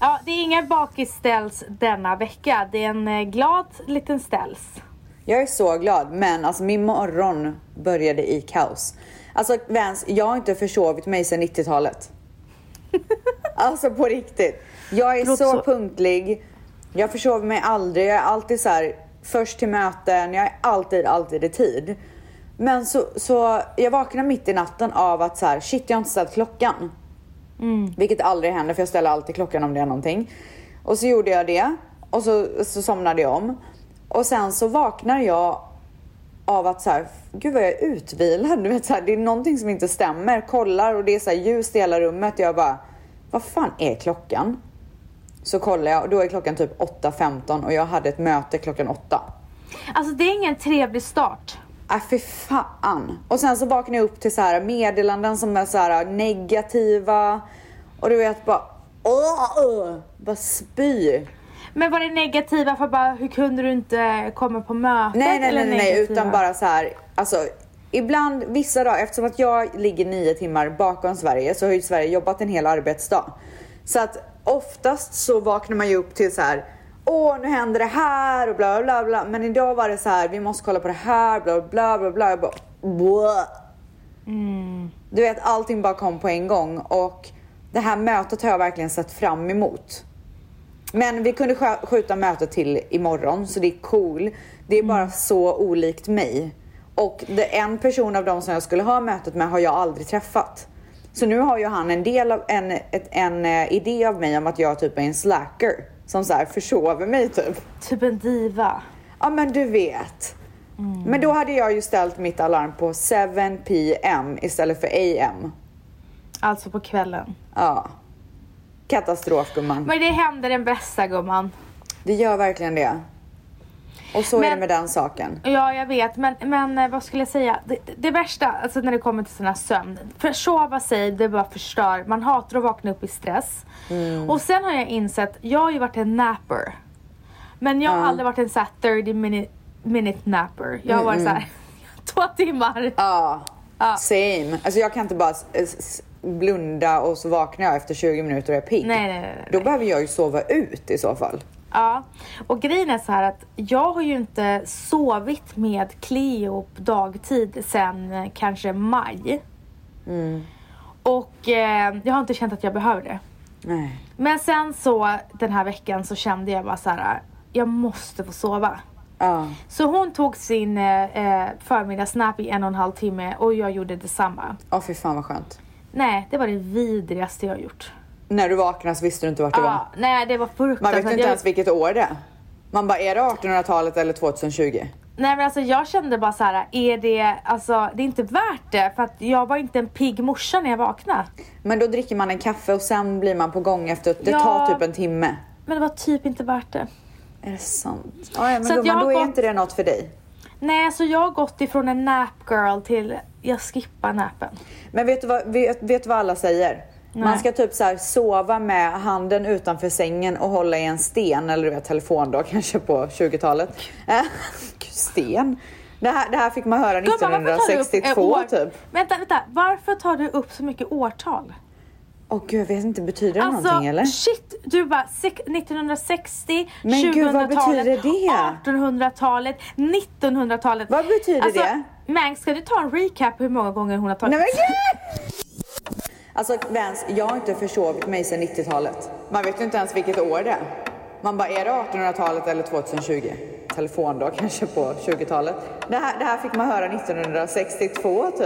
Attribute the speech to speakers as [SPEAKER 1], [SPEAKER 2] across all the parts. [SPEAKER 1] Ja, det är inga bakisställs denna vecka. Det är en eh, glad liten ställs.
[SPEAKER 2] Jag är så glad, men alltså min morgon började i kaos. Alltså Vans, jag har inte försovit mig sedan 90-talet. alltså på riktigt. Jag är så,
[SPEAKER 1] Låter så.
[SPEAKER 2] punktlig. Jag försover mig aldrig. Jag är alltid så här först till möten. Jag är alltid, alltid i tid. Men så, så jag vaknar mitt i natten av att så här, shit jag har inte ställt klockan. Vilket aldrig händer för jag ställer alltid klockan om det är någonting. Och så gjorde jag det och så, så somnade jag om. Och sen så vaknar jag av att så här, gud vad jag är utvilad. Du vet, så här, det är någonting som inte stämmer. Kollar och det är så här ljust i hela rummet. Jag bara, vad fan är klockan? Så kollar jag och då är klockan typ 8.15 och jag hade ett möte klockan 8.
[SPEAKER 1] Alltså det är ingen trevlig start.
[SPEAKER 2] Äh, fy fan. Och sen så vaknar jag upp till så här meddelanden som är så här negativa. Och du vet bara, åh, åh, bara spy.
[SPEAKER 1] Men var det negativa för bara, hur kunde du inte eh, komma på mötet?
[SPEAKER 2] Nej, nej,
[SPEAKER 1] eller
[SPEAKER 2] nej, nej, nej,
[SPEAKER 1] negativa?
[SPEAKER 2] utan bara så här, alltså ibland, vissa dagar, eftersom att jag ligger nio timmar bakom Sverige så har ju Sverige jobbat en hel arbetsdag. Så att oftast så vaknar man ju upp till så här, åh nu händer det här och bla bla bla, men idag var det så här, vi måste kolla på det här, bla bla bla bla, jag bara, Bwah.
[SPEAKER 1] Mm.
[SPEAKER 2] Du vet, allting bara kom på en gång och det här mötet har jag verkligen sett fram emot. Men vi kunde skö- skjuta mötet till imorgon så det är cool. Det
[SPEAKER 1] Mm.
[SPEAKER 2] är bara så olikt mig. Och det, en person av dem som jag skulle ha mötet med har jag aldrig träffat. Så nu har ju han en del av, en, ett, en eh, idé av mig om att jag typ är en slacker. Som så här försover mig typ.
[SPEAKER 1] Typ en diva.
[SPEAKER 2] Ja men du vet.
[SPEAKER 1] Mm.
[SPEAKER 2] Men då hade jag ju ställt mitt alarm på 7 PM istället för AM.
[SPEAKER 1] Alltså på kvällen.
[SPEAKER 2] Ja. Katastrof gumman.
[SPEAKER 1] Men det händer den bästa gumman.
[SPEAKER 2] Det gör verkligen det. Och så är
[SPEAKER 1] Men-
[SPEAKER 2] det med den saken.
[SPEAKER 1] Ja, jag vet. Men, men eh, vad skulle jag säga? Det, det- det värsta, alltså när det kommer till sådana sömn. Försova sig, det bara förstör. Man hatar att vakna upp i stress.
[SPEAKER 2] Mm.
[SPEAKER 1] Och sen har jag insett, jag har ju varit en napper. Men jag har
[SPEAKER 2] Ja.
[SPEAKER 1] aldrig varit en såhär 30 minute, minute napper. Jag har varit såhär två timmar.
[SPEAKER 2] Mm, Ja,
[SPEAKER 1] Ja.
[SPEAKER 2] same. Alltså jag kan inte bara s- s- blunda och så vaknar jag efter 20 minuter och är pigg.
[SPEAKER 1] Nej, nej, nej, nej.
[SPEAKER 2] Då behöver jag ju sova ut i så fall.
[SPEAKER 1] Ja, och grejen är så här att jag har ju inte sovit med Cleo på dagtid sen eh, kanske maj.
[SPEAKER 2] Mm.
[SPEAKER 1] Och eh, jag har inte känt att jag behöver det.
[SPEAKER 2] Nej.
[SPEAKER 1] Men sen så den här veckan så kände jag bara så här, jag måste få sova.
[SPEAKER 2] Ja.
[SPEAKER 1] Så hon tog sin eh, eh, förmiddagsnap i en och en halv timme och jag gjorde detsamma.
[SPEAKER 2] Åh fy fan vad skönt.
[SPEAKER 1] Nej, det var det vidrigaste jag har gjort.
[SPEAKER 2] När du vaknade så visste du inte vart du var.
[SPEAKER 1] Ja, nej, det var
[SPEAKER 2] Man
[SPEAKER 1] fruktansvärt.
[SPEAKER 2] vet inte
[SPEAKER 1] Jag-
[SPEAKER 2] ens vilket år det är. Man bara, är det 1800-talet eller 2020?
[SPEAKER 1] Nej men alltså jag kände bara så här, är det, alltså det är inte värt det för att jag var inte en pigg morsa när jag vaknade.
[SPEAKER 2] Men då dricker man en kaffe och sen blir man på gång efter, det
[SPEAKER 1] Ja.
[SPEAKER 2] tar typ en timme.
[SPEAKER 1] Men det var typ inte värt det.
[SPEAKER 2] Är det sant? Ja, ja, men
[SPEAKER 1] Så att jag
[SPEAKER 2] gumman,
[SPEAKER 1] har
[SPEAKER 2] då är
[SPEAKER 1] gått-
[SPEAKER 2] inte det något för dig.
[SPEAKER 1] Nej så jag har gått ifrån en nap girl till jag skippar napen.
[SPEAKER 2] Men vet du vad, vet, vet du vad alla säger? Man ska typ så här sova med handen utanför sängen och hålla i en sten eller du vet telefon då kanske på 20-talet. Eh, Gud, sten? Det här, det här fick man höra
[SPEAKER 1] Gumman, varför tar du upp, eh,
[SPEAKER 2] 1962
[SPEAKER 1] år-
[SPEAKER 2] typ.
[SPEAKER 1] Vänta, vänta. Varför tar du upp så mycket årtal?
[SPEAKER 2] Åh gud jag vet inte, betyder det
[SPEAKER 1] Alltså
[SPEAKER 2] någonting eller?
[SPEAKER 1] shit, du bara sek- 1960,
[SPEAKER 2] Men gud, vad
[SPEAKER 1] 2000-talet,
[SPEAKER 2] betyder det?
[SPEAKER 1] 1800-talet, 1900-talet.
[SPEAKER 2] Vad betyder
[SPEAKER 1] alltså,
[SPEAKER 2] det?
[SPEAKER 1] Mang, ska du ta en recap hur många gånger hon har tagit
[SPEAKER 2] Nej men gud! Alltså Vens, jag har inte försovit mig sedan 90-talet. Man vet ju inte ens vilket år det är. Man bara, är det 1800-talet eller 2020? Telefon då kanske på 20-talet. Det här, det här fick man höra 1962 typ.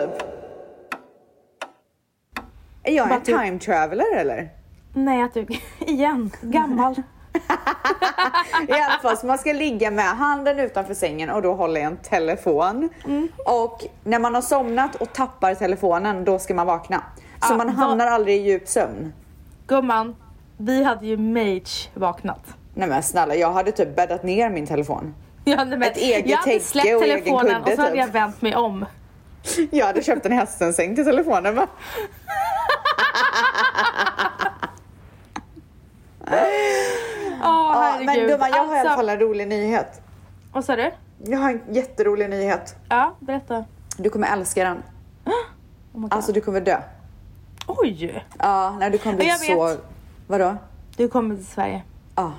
[SPEAKER 2] Är jag en
[SPEAKER 1] Vad du-
[SPEAKER 2] time traveler eller?
[SPEAKER 1] Nej, att du... Igen. Gammal.
[SPEAKER 2] I alla fall, så man ska ligga med handen utanför sängen och då hålla i en telefon. Och när man har somnat och tappar telefonen, då ska man vakna. Så
[SPEAKER 1] Ah,
[SPEAKER 2] man
[SPEAKER 1] vad-
[SPEAKER 2] hamnar aldrig i djup sömn.
[SPEAKER 1] Gumman, vi hade ju mage vaknat.
[SPEAKER 2] Nej men snälla, jag hade typ bäddat ner min telefon.
[SPEAKER 1] Jag hade, med,
[SPEAKER 2] Ett eget
[SPEAKER 1] jag hade
[SPEAKER 2] täcke
[SPEAKER 1] släppt
[SPEAKER 2] och egen
[SPEAKER 1] telefonen
[SPEAKER 2] kudde,
[SPEAKER 1] och så hade
[SPEAKER 2] typ.
[SPEAKER 1] jag vänt mig om.
[SPEAKER 2] Jag hade köpt en hästensäng till telefonen va?
[SPEAKER 1] Åh
[SPEAKER 2] Ja,
[SPEAKER 1] herregud.
[SPEAKER 2] men gumman, jag har i alla
[SPEAKER 1] Alltså-
[SPEAKER 2] fall en rolig nyhet.
[SPEAKER 1] Vad sa du?
[SPEAKER 2] Jag har en jätterolig nyhet.
[SPEAKER 1] Ja, berätta.
[SPEAKER 2] Du kommer älska den.
[SPEAKER 1] Oh my God.
[SPEAKER 2] Alltså du kommer dö.
[SPEAKER 1] Oj!
[SPEAKER 2] Ja, nej du kommer bli
[SPEAKER 1] Jag vet.
[SPEAKER 2] så... Vadå?
[SPEAKER 1] Du kommer till Sverige.
[SPEAKER 2] Ja.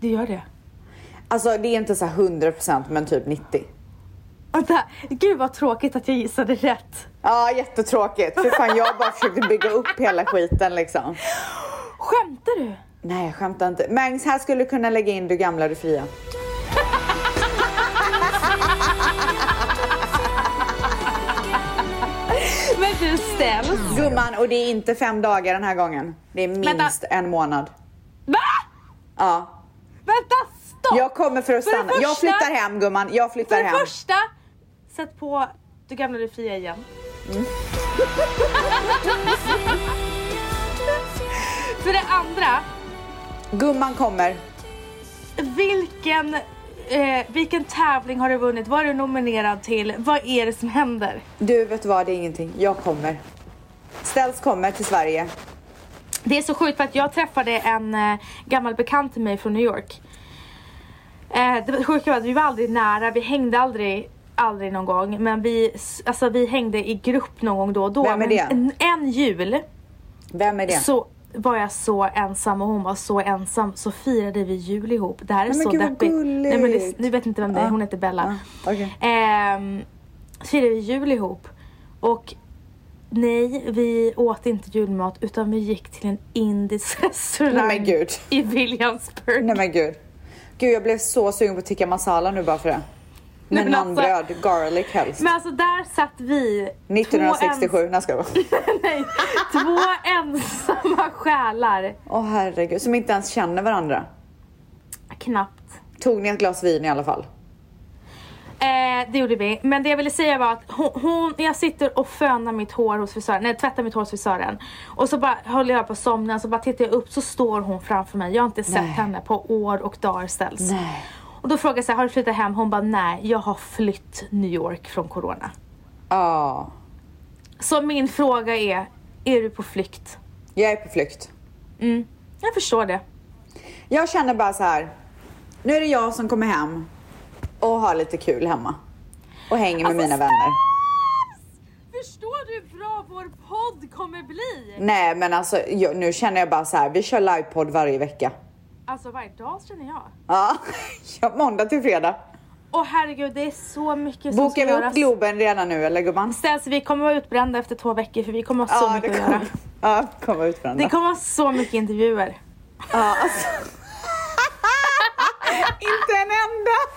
[SPEAKER 1] Du gör det.
[SPEAKER 2] Alltså det är inte så här 100% men typ 90.
[SPEAKER 1] Vänta, gud vad tråkigt att jag gissade rätt.
[SPEAKER 2] Ja, jättetråkigt. För fan, jag bara försökte bygga upp hela skiten liksom.
[SPEAKER 1] Skämtar du?
[SPEAKER 2] Nej, jag skämtar inte. Mangs, här skulle du kunna lägga in Du gamla, du fria.
[SPEAKER 1] Men du ställs.
[SPEAKER 2] Gumman, och det är inte fem dagar den här gången. Det är minst
[SPEAKER 1] Vänta.
[SPEAKER 2] en månad.
[SPEAKER 1] Va?
[SPEAKER 2] Ja.
[SPEAKER 1] Vänta, stopp!
[SPEAKER 2] Jag kommer för att
[SPEAKER 1] För det
[SPEAKER 2] stanna. jag
[SPEAKER 1] första-
[SPEAKER 2] flyttar hem gumman, jag flyttar
[SPEAKER 1] För det
[SPEAKER 2] hem.
[SPEAKER 1] första, sätt på Du gamla du fria igen.
[SPEAKER 2] Mm.
[SPEAKER 1] För det andra,
[SPEAKER 2] Gumman kommer.
[SPEAKER 1] vilken, eh, vilken tävling har du vunnit? Vad är du nominerad till? Vad är det som händer?
[SPEAKER 2] Du vet vad, det är ingenting. Jag kommer. Ställs kommer till Sverige.
[SPEAKER 1] Det är så sjukt för att jag träffade en eh, gammal bekant till mig från New York. Eh, det sjuka var att vi var aldrig nära, vi hängde aldrig, aldrig någon gång. Men vi, s- alltså, vi hängde i grupp någon gång då och då.
[SPEAKER 2] Vem är
[SPEAKER 1] men
[SPEAKER 2] det?
[SPEAKER 1] En, en jul
[SPEAKER 2] Vem är det?
[SPEAKER 1] så var jag så ensam och hon var så ensam så firade vi jul ihop. Det här är
[SPEAKER 2] Nej, men
[SPEAKER 1] så
[SPEAKER 2] gud, vad
[SPEAKER 1] deppigt. Nej, men det,
[SPEAKER 2] gulligt.
[SPEAKER 1] nu vet jag inte vem det är,
[SPEAKER 2] Ja.
[SPEAKER 1] hon heter Bella.
[SPEAKER 2] Ja, okej.
[SPEAKER 1] Ehm, så firade vi jul ihop och nej, vi åt inte julmat utan vi gick till en indisk restaurang
[SPEAKER 2] Nej, men gud.
[SPEAKER 1] i Williamsburg.
[SPEAKER 2] Nej men gud. Gud jag blev så sugen på tikka masala nu bara för det.
[SPEAKER 1] Nej,
[SPEAKER 2] Med
[SPEAKER 1] men alltså-
[SPEAKER 2] naanbröd, garlic helst.
[SPEAKER 1] Men H&M. alltså där satt vi två
[SPEAKER 2] 1967, när ska jag vara.
[SPEAKER 1] ens- nej, två ensamma själar.
[SPEAKER 2] Åh herregud, som inte ens känner varandra.
[SPEAKER 1] Knappt.
[SPEAKER 2] Tog ni ett glas vin i alla fall?
[SPEAKER 1] Eh, det gjorde vi. Men det jag ville säga var att hon, hon, jag sitter och fönar mitt hår hos frisören, nej tvättar mitt hår hos frisören. Och så bara håller jag på att somna, så bara tittar jag upp så står hon framför mig. Jag har inte sett
[SPEAKER 2] Nej.
[SPEAKER 1] henne på år och dagar ställs.
[SPEAKER 2] Nej.
[SPEAKER 1] Och då frågar jag så här, har du flyttat hem? Hon bara, nej jag har flytt New York från Corona.
[SPEAKER 2] Ja,
[SPEAKER 1] Så min fråga är, är du på flykt?
[SPEAKER 2] jag är på flykt.
[SPEAKER 1] Mm, jag förstår det.
[SPEAKER 2] Jag känner bara så här. nu är det jag som kommer hem och har lite kul hemma. Och hänger med
[SPEAKER 1] Alltså,
[SPEAKER 2] mina vänner.
[SPEAKER 1] Förstår du hur bra vår podd kommer bli?
[SPEAKER 2] Nej men alltså jag, nu känner jag bara så här. vi kör livepodd varje vecka.
[SPEAKER 1] Alltså varje dag känner jag.
[SPEAKER 2] Ja, ja, måndag till fredag.
[SPEAKER 1] Åh herregud, det är så mycket som ska
[SPEAKER 2] Bokar vi upp
[SPEAKER 1] göras.
[SPEAKER 2] Globen redan nu eller gumman?
[SPEAKER 1] Ställs, vi kommer vara utbrända efter två veckor för vi kommer ha så
[SPEAKER 2] Ja, det
[SPEAKER 1] mycket att
[SPEAKER 2] kommer
[SPEAKER 1] göra.
[SPEAKER 2] ja, kommer ut från
[SPEAKER 1] Det kommer vara så mycket intervjuer.
[SPEAKER 2] Ja, alltså. Inte en enda!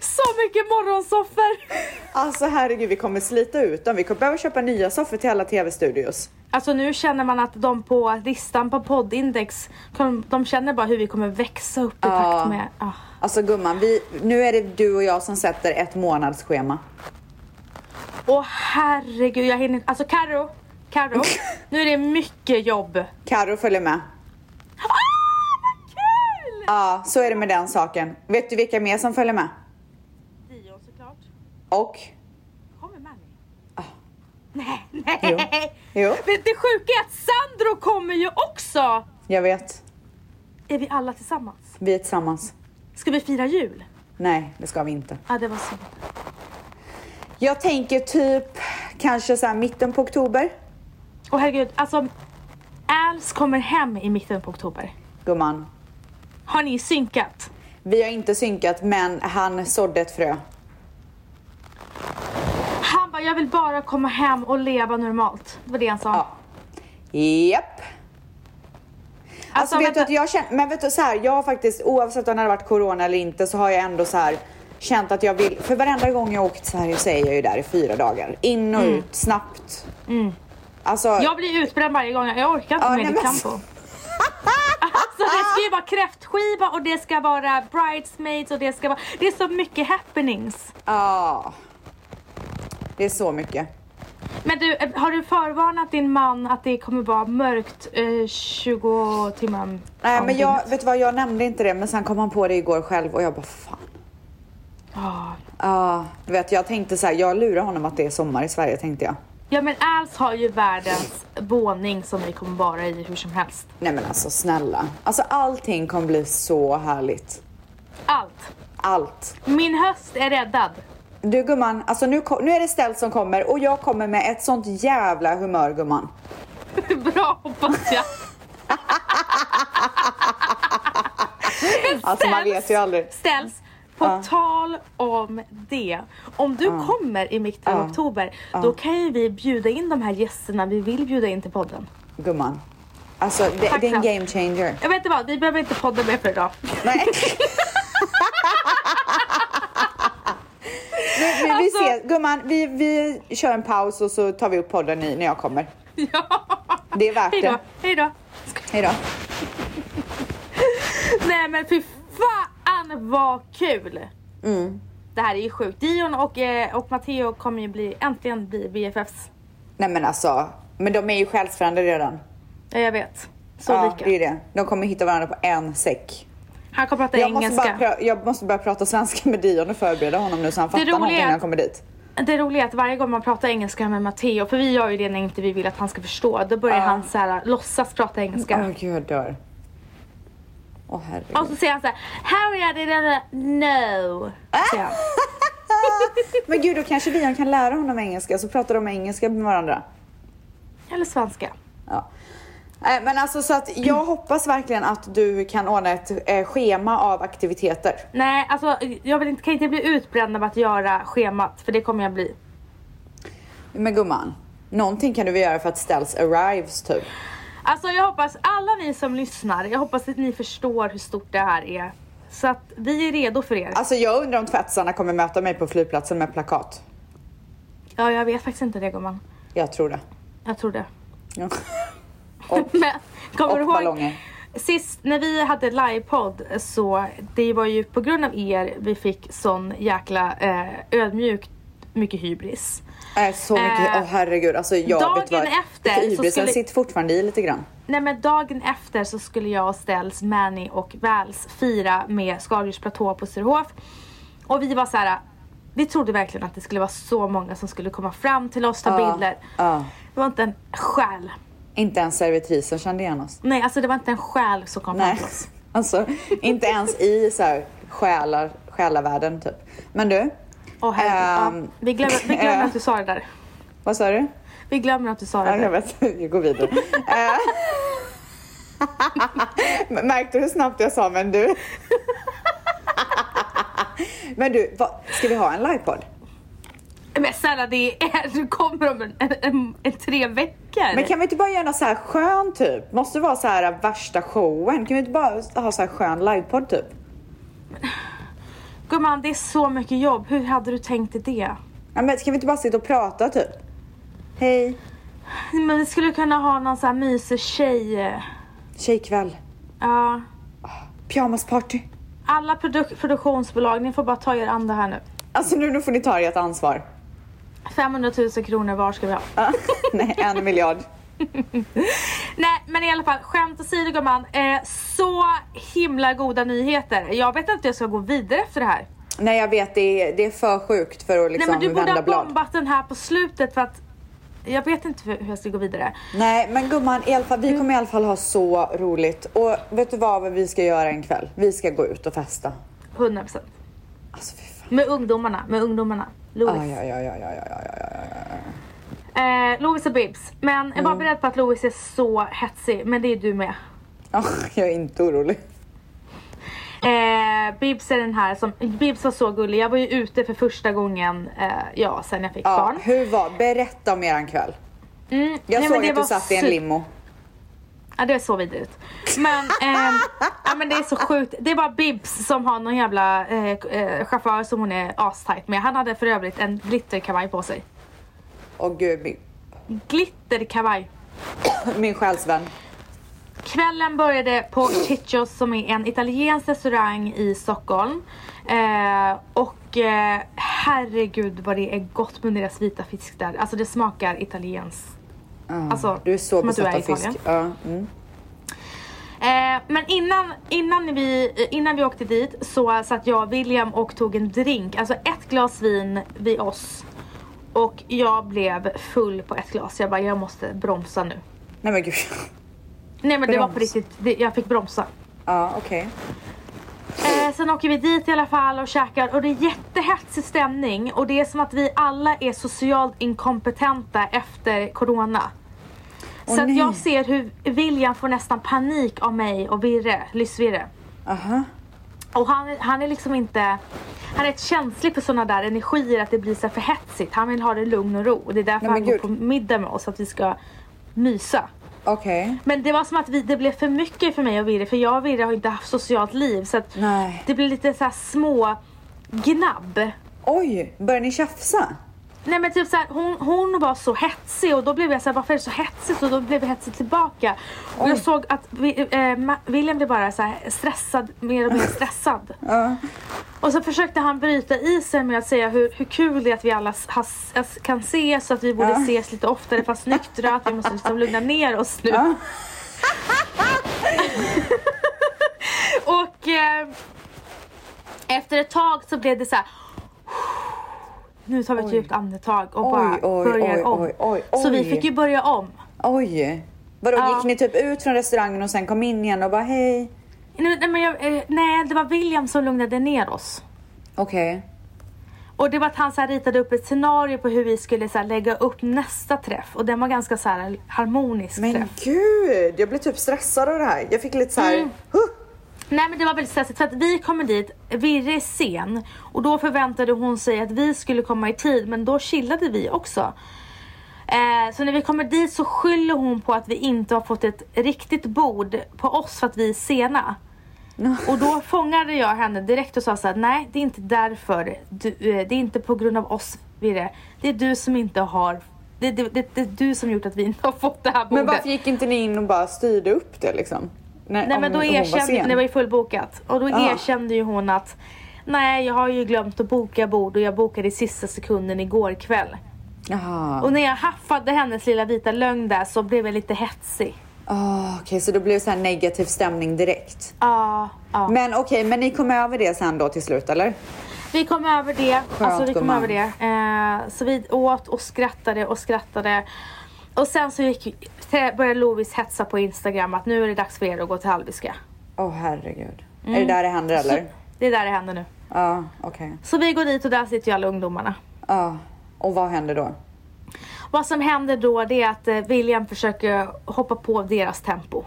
[SPEAKER 1] Så mycket morgonsoffer!
[SPEAKER 2] Alltså herregud, vi kommer slita ut dem. Vi kommer behöva köpa nya soffor till alla tv-studios.
[SPEAKER 1] Alltså nu känner man att de på listan på poddindex, kom- de känner bara hur vi kommer växa upp i
[SPEAKER 2] Ja.
[SPEAKER 1] takt med... ah.
[SPEAKER 2] Alltså gumman, vi, nu är det du och jag som sätter ett månadsschema.
[SPEAKER 1] Åh herregud, jag hinner Alltså Karo, Karo, nu är det mycket jobb. Ah,
[SPEAKER 2] Karo följer med.
[SPEAKER 1] vad kul!
[SPEAKER 2] Ja, så är det med den saken. Vet du vilka mer som följer med?
[SPEAKER 1] Dion såklart.
[SPEAKER 2] Och?
[SPEAKER 1] Kommer Manny? Nej, nej!
[SPEAKER 2] Jo. Ah. Jo.
[SPEAKER 1] Men det sjuka är att Sandro kommer ju också!
[SPEAKER 2] Jag vet.
[SPEAKER 1] Är vi alla tillsammans?
[SPEAKER 2] Vi är tillsammans.
[SPEAKER 1] Ska vi fira jul?
[SPEAKER 2] Nej, det ska vi inte.
[SPEAKER 1] Ja, det var synd.
[SPEAKER 2] Jag tänker typ kanske så här mitten på oktober.
[SPEAKER 1] Åh herregud, alltså Als kommer hem i mitten på oktober.
[SPEAKER 2] Gumman,
[SPEAKER 1] Har ni synkat?
[SPEAKER 2] vi har inte synkat men han sådde ett frö.
[SPEAKER 1] Han bara, jag vill bara komma hem och leva normalt. Det var det han sa.
[SPEAKER 2] Ja. Japp. Alltså, vet du
[SPEAKER 1] vänta.
[SPEAKER 2] att jag känner, men vet du så här, jag har faktiskt oavsett om det har varit corona eller inte så har jag ändå så här känt att jag vill, för varenda gång jag åker till Sverige så är jag ju där i fyra dagar. In och ut, snabbt. Alltså,
[SPEAKER 1] Jag blir utbränd varje gång, jag orkar inte
[SPEAKER 2] Ja,
[SPEAKER 1] med
[SPEAKER 2] nej,
[SPEAKER 1] ditt
[SPEAKER 2] men-
[SPEAKER 1] campo. Alltså det ska ju vara kräftskiva och det ska vara bridesmaids och det ska vara... Det är så mycket happenings.
[SPEAKER 2] ja. Det är så mycket.
[SPEAKER 1] Men du, eh, har du förvarnat din man att det kommer vara mörkt eh, 20 timmar? om
[SPEAKER 2] Nej men jag,
[SPEAKER 1] dygnet?
[SPEAKER 2] vet du vad, jag nämnde inte det men sen kom han på det igår själv och jag bara fan.
[SPEAKER 1] Ah.
[SPEAKER 2] Ja, du vet jag tänkte så här, jag lurar honom att det är sommar i Sverige tänkte jag.
[SPEAKER 1] Ja men Als har ju världens våning som vi kommer vara i hur som helst.
[SPEAKER 2] Nej men alltså snälla. Alltså allting kommer bli så härligt.
[SPEAKER 1] Allt.
[SPEAKER 2] Allt.
[SPEAKER 1] Min höst är räddad.
[SPEAKER 2] Du gumman, alltså nu, ko- nu är det ställt som kommer och jag kommer med ett sånt jävla humör gumman.
[SPEAKER 1] Bra hoppas jag.
[SPEAKER 2] Alltså man vet ju aldrig.
[SPEAKER 1] Ställs. På
[SPEAKER 2] Ja.
[SPEAKER 1] tal om det. Om du kommer i mitten av
[SPEAKER 2] Ja.
[SPEAKER 1] oktober, då kan ju vi bjuda in de här gästerna vi vill bjuda in till podden.
[SPEAKER 2] Gumman. Alltså det,
[SPEAKER 1] Tack,
[SPEAKER 2] det är en
[SPEAKER 1] tack.
[SPEAKER 2] game changer.
[SPEAKER 1] Jag vet inte vad, vi behöver inte podda mer för idag.
[SPEAKER 2] Nej. Men, men vi
[SPEAKER 1] Alltså-
[SPEAKER 2] ses. Gumman, vi, vi kör en paus och så tar vi upp podden i- när jag kommer.
[SPEAKER 1] ja.
[SPEAKER 2] Det är värt
[SPEAKER 1] Hejdå,
[SPEAKER 2] det.
[SPEAKER 1] hejdå.
[SPEAKER 2] Hejdå.
[SPEAKER 1] Nej men fy fan vad kul!
[SPEAKER 2] Mm.
[SPEAKER 1] Det här är ju sjukt. Dion och, eh, och Matteo kommer ju bli, äntligen bli BFFs.
[SPEAKER 2] Nej men alltså, men de är ju själsfrände redan.
[SPEAKER 1] Ja, jag vet. Så
[SPEAKER 2] ja,
[SPEAKER 1] lika.
[SPEAKER 2] det är det. De kommer hitta varandra på en säck.
[SPEAKER 1] Han kommer prata
[SPEAKER 2] Jag måste,
[SPEAKER 1] engelska.
[SPEAKER 2] bara pra- jag måste börja prata svenska med Dion och förbereda honom nu så han fattar
[SPEAKER 1] roliga
[SPEAKER 2] någonting
[SPEAKER 1] är
[SPEAKER 2] när
[SPEAKER 1] att-
[SPEAKER 2] han kommer dit.
[SPEAKER 1] Det roliga är att varje gång man pratar engelska med Matteo, för vi gör ju det när inte vi vill att han ska förstå, då börjar
[SPEAKER 2] Ja. Mm.
[SPEAKER 1] han så här, låtsas prata engelska.
[SPEAKER 2] Åh gud, jag dör. Åh herregud.
[SPEAKER 1] Och så säger han så här, Harry I didn't know. säger han. typ.
[SPEAKER 2] Men gud, då kanske Dion kan lära honom engelska så pratar de engelska med varandra.
[SPEAKER 1] Eller svenska.
[SPEAKER 2] Ja. Eh, Men alltså så att jag hoppas verkligen att du kan ordna ett eh, schema av aktiviteter.
[SPEAKER 1] Nej, alltså jag vill inte, kan inte bli utbränd av att göra schemat, för det kommer jag bli.
[SPEAKER 2] Men gumman, någonting kan du väl göra för att Ställs arrives typ?
[SPEAKER 1] Alltså jag hoppas, alla ni som lyssnar, jag hoppas att ni förstår hur stort det här är. Så att vi är redo för er.
[SPEAKER 2] Alltså jag undrar om tvättsarna kommer möta mig på flygplatsen med plakat.
[SPEAKER 1] Ja, jag vet faktiskt inte det gumman.
[SPEAKER 2] Jag tror det.
[SPEAKER 1] Jag tror det.
[SPEAKER 2] Ja.
[SPEAKER 1] Men kommer
[SPEAKER 2] och
[SPEAKER 1] du ihåg?
[SPEAKER 2] ballonger.
[SPEAKER 1] Sist när vi hade livepodd så det var ju på grund av er vi fick sån jäkla eh, ödmjukt mycket hybris.
[SPEAKER 2] Äh, så mycket, åh
[SPEAKER 1] Eh,
[SPEAKER 2] herregud. Alltså jag
[SPEAKER 1] dagen
[SPEAKER 2] vet vad,
[SPEAKER 1] efter så
[SPEAKER 2] Hybrisen
[SPEAKER 1] skulle-
[SPEAKER 2] sitter fortfarande i lite grann.
[SPEAKER 1] Nej men dagen efter så skulle jag och Ställs, Manny och Vals fira med Skaldjursplatå på Sturehof. Och vi var så här. vi trodde verkligen att det skulle vara så många som skulle komma fram till oss, ta
[SPEAKER 2] Ja,
[SPEAKER 1] bilder.
[SPEAKER 2] ja.
[SPEAKER 1] Det var inte en själ.
[SPEAKER 2] Inte ens servitrisen kände igen oss.
[SPEAKER 1] Nej alltså det var inte en själ som kom fram
[SPEAKER 2] Nej,
[SPEAKER 1] till oss.
[SPEAKER 2] alltså inte ens i så här själar, själavärlden typ. Men du,
[SPEAKER 1] Åh herregud.
[SPEAKER 2] Ehm,
[SPEAKER 1] ja. Vi glömmer, vi glömmer
[SPEAKER 2] eh.
[SPEAKER 1] att du sa det där.
[SPEAKER 2] vad sa du?
[SPEAKER 1] Vi glömmer att du sa det
[SPEAKER 2] Ja, jag
[SPEAKER 1] där.
[SPEAKER 2] vet, vi går vidare. Eh, Märkte du hur snabbt jag sa men du? men du, vad, ska vi ha en livepodd?
[SPEAKER 1] Men snälla det är, du kommer om en, en, en, en tre veckor.
[SPEAKER 2] Men kan vi inte bara göra något så här skön typ? Måste det vara så här värsta showen? Kan vi inte bara ha så här skön livepodd typ?
[SPEAKER 1] Gumman det är så mycket jobb, hur hade du tänkt dig det?
[SPEAKER 2] Ja, men ska vi inte bara sitta och prata typ? Hej,
[SPEAKER 1] Men vi skulle kunna ha någon sån här mysig tjej. eh,
[SPEAKER 2] tjejkväll,
[SPEAKER 1] Ja.
[SPEAKER 2] pyjamasparty.
[SPEAKER 1] Alla produk- produktionsbolag, ni får bara ta er an det här nu.
[SPEAKER 2] Alltså nu, nu får ni ta ert ansvar.
[SPEAKER 1] 500 000 kronor var ska vi ha.
[SPEAKER 2] Ah, Nej, en miljard.
[SPEAKER 1] Nej men i alla fall, skämt åsido gumman. Eh, så himla goda nyheter. Jag vet inte hur jag ska gå vidare efter det här.
[SPEAKER 2] Nej jag vet, det är, det är för sjukt för att liksom
[SPEAKER 1] Nej men du borde
[SPEAKER 2] vända
[SPEAKER 1] ha
[SPEAKER 2] blad.
[SPEAKER 1] bombat den här på slutet för att jag vet inte hur jag ska gå vidare.
[SPEAKER 2] Nej men gumman, i alla fall,
[SPEAKER 1] Mm.
[SPEAKER 2] vi kommer i alla fall ha så roligt. Och vet du vad vi ska göra en kväll? Vi ska gå ut och festa.
[SPEAKER 1] 100%.
[SPEAKER 2] Alltså fy fan.
[SPEAKER 1] Med ungdomarna, med ungdomarna. Louis.
[SPEAKER 2] Ah, ja, ja, ja, ja, ja, ja, ja, ja, ja.
[SPEAKER 1] Eh, Louis och Bibs. Men jag var
[SPEAKER 2] Mm.
[SPEAKER 1] beredd på att Louis är så hetsig, men det är du med.
[SPEAKER 2] Ah, jag är inte orolig.
[SPEAKER 1] Eh, Bibs är den här som, Bibs var så gullig. Jag var ju ute för första gången, eh, ja sen jag fick
[SPEAKER 2] Ja,
[SPEAKER 1] barn.
[SPEAKER 2] hur var, berätta om eran kväll.
[SPEAKER 1] Mm,
[SPEAKER 2] Jag
[SPEAKER 1] nej, men
[SPEAKER 2] såg
[SPEAKER 1] det
[SPEAKER 2] att du
[SPEAKER 1] var
[SPEAKER 2] satt i en
[SPEAKER 1] su-
[SPEAKER 2] limo.
[SPEAKER 1] Ja det är så vidrigt. Men, ehm, ja, men det är så sjukt. Det är bara Bibs som har någon jävla eh, k- eh, chaufför som hon är astajt med. Han hade för övrigt en glitterkavaj på sig.
[SPEAKER 2] Och gud, min,
[SPEAKER 1] Glitterkavaj.
[SPEAKER 2] min själsvän.
[SPEAKER 1] Kvällen började på Ciccios som är en italiensk restaurang i Stockholm. Eh, och eh, herregud vad det är gott med deras vita fisk där. Alltså det smakar italienskt.
[SPEAKER 2] Ah,
[SPEAKER 1] Alltså,
[SPEAKER 2] du är så
[SPEAKER 1] som att du
[SPEAKER 2] besatt
[SPEAKER 1] är
[SPEAKER 2] av
[SPEAKER 1] i
[SPEAKER 2] fisk. Ja, mm.
[SPEAKER 1] Eh, men innan, innan, vi, eh, innan vi åkte dit så satt jag och William och tog en drink, alltså ett glas vin vid oss. Och jag blev full på ett glas. Jag bara, jag måste bromsa nu.
[SPEAKER 2] Nej men gud.
[SPEAKER 1] Nej men det var på
[SPEAKER 2] Broms.
[SPEAKER 1] riktigt, det, jag fick bromsa.
[SPEAKER 2] Ja, okej.
[SPEAKER 1] Eh, sen åker vi dit i alla fall och käkar och det är jättehetsig stämning och det är som att vi alla är socialt inkompetenta efter corona.
[SPEAKER 2] Åh,
[SPEAKER 1] så att
[SPEAKER 2] nej.
[SPEAKER 1] jag ser hur William får nästan panik av mig och Virre, Lys-Virre.
[SPEAKER 2] Aha.
[SPEAKER 1] Och han, han är liksom inte... Han är rätt känslig för sådana där energier, att det blir så här för hetsigt. Han vill ha det lugn och ro. Och det är därför
[SPEAKER 2] Nej, men
[SPEAKER 1] han går
[SPEAKER 2] gud.
[SPEAKER 1] på middag med oss, så att vi ska mysa.
[SPEAKER 2] Okej.
[SPEAKER 1] Men det var som att vi, det blev för mycket för mig och Virre, för jag och Virre har ju inte haft socialt liv. Så att
[SPEAKER 2] Nej.
[SPEAKER 1] det blir lite så här små gnabb.
[SPEAKER 2] Oj, börjar ni tjafsa?
[SPEAKER 1] Nej men typ såhär, hon, hon var så hetsig och då blev jag såhär, varför är det så hetsigt? Och då blev jag hetsig tillbaka. Och jag
[SPEAKER 2] Oj.
[SPEAKER 1] såg att vi, eh, Ma- William blev bara så här stressad, mer och mer stressad.
[SPEAKER 2] Ja.
[SPEAKER 1] Och så försökte han bryta isen med att säga hur, hur kul det är att vi alla s- has, has, kan ses så att vi borde
[SPEAKER 2] Ja.
[SPEAKER 1] ses lite oftare fast nyktra, att vi måste liksom lugna ner oss nu.
[SPEAKER 2] Ja.
[SPEAKER 1] Och eh, efter ett tag så blev det så här. Nu tar vi ett
[SPEAKER 2] Oj.
[SPEAKER 1] djupt andetag och
[SPEAKER 2] Oj,
[SPEAKER 1] bara
[SPEAKER 2] oj,
[SPEAKER 1] börjar
[SPEAKER 2] oj,
[SPEAKER 1] om.
[SPEAKER 2] oj, oj,
[SPEAKER 1] Så vi
[SPEAKER 2] oj.
[SPEAKER 1] fick ju börja om.
[SPEAKER 2] Oj. Vadå,
[SPEAKER 1] Ja.
[SPEAKER 2] gick ni typ ut från restaurangen och sen kom in igen och bara hej?
[SPEAKER 1] Nu- Nej, men jag, eh, nej, det var William som lugnade ner oss.
[SPEAKER 2] Okej.
[SPEAKER 1] Och det var att han så här ritade upp ett scenario på hur vi skulle så här lägga upp nästa träff. Och den var ganska så här harmonisk
[SPEAKER 2] Men
[SPEAKER 1] träff.
[SPEAKER 2] gud, jag blev typ stressad av det här. Jag fick lite så här.
[SPEAKER 1] Mm.
[SPEAKER 2] huh.
[SPEAKER 1] Nej men det var väldigt stressigt för att vi kommer dit, Virre är sen. Och då förväntade hon sig att vi skulle komma i tid men då chillade vi också. Eh, så när vi kommer dit så skyller hon på att vi inte har fått ett riktigt bord på oss för att vi är sena. Och då fångade jag henne direkt och sa så här: nej det är inte därför, du, eh, det är inte på grund av oss Virre. Det är du som inte har, det, det, det, det är du som gjort att vi inte har fått det här bordet.
[SPEAKER 2] Men varför gick inte ni in och bara styrde upp det liksom? När,
[SPEAKER 1] Nej
[SPEAKER 2] om
[SPEAKER 1] men då
[SPEAKER 2] hon var
[SPEAKER 1] erkände,
[SPEAKER 2] sen.
[SPEAKER 1] det var ju fullbokat. Och då
[SPEAKER 2] Ja.
[SPEAKER 1] erkände ju hon att nej jag har ju glömt att boka bord och jag bokade i sista sekunden igår kväll.
[SPEAKER 2] Jaha.
[SPEAKER 1] Och när jag haffade hennes lilla vita lögn där så blev jag lite hetsig.
[SPEAKER 2] Ah, Okej, så då blev det så här negativ stämning direkt.
[SPEAKER 1] Ja, ja.
[SPEAKER 2] Men okej, men ni kom över det sen då till slut eller?
[SPEAKER 1] Vi kom över det. alltså vi kom
[SPEAKER 2] gumman.
[SPEAKER 1] över det. Eh, så vi åt och skrattade och skrattade. Och sen så gick, började Lovis hetsa på Instagram att nu är det dags för er att gå till Albiska.
[SPEAKER 2] Åh herregud.
[SPEAKER 1] Mm.
[SPEAKER 2] Är det där det händer eller? Ja,
[SPEAKER 1] Det är där det händer nu.
[SPEAKER 2] okej.
[SPEAKER 1] Så vi går dit och där sitter ju alla ungdomarna.
[SPEAKER 2] Ja. Och vad händer då?
[SPEAKER 1] Vad som händer då det är att eh, William försöker hoppa på deras tempo.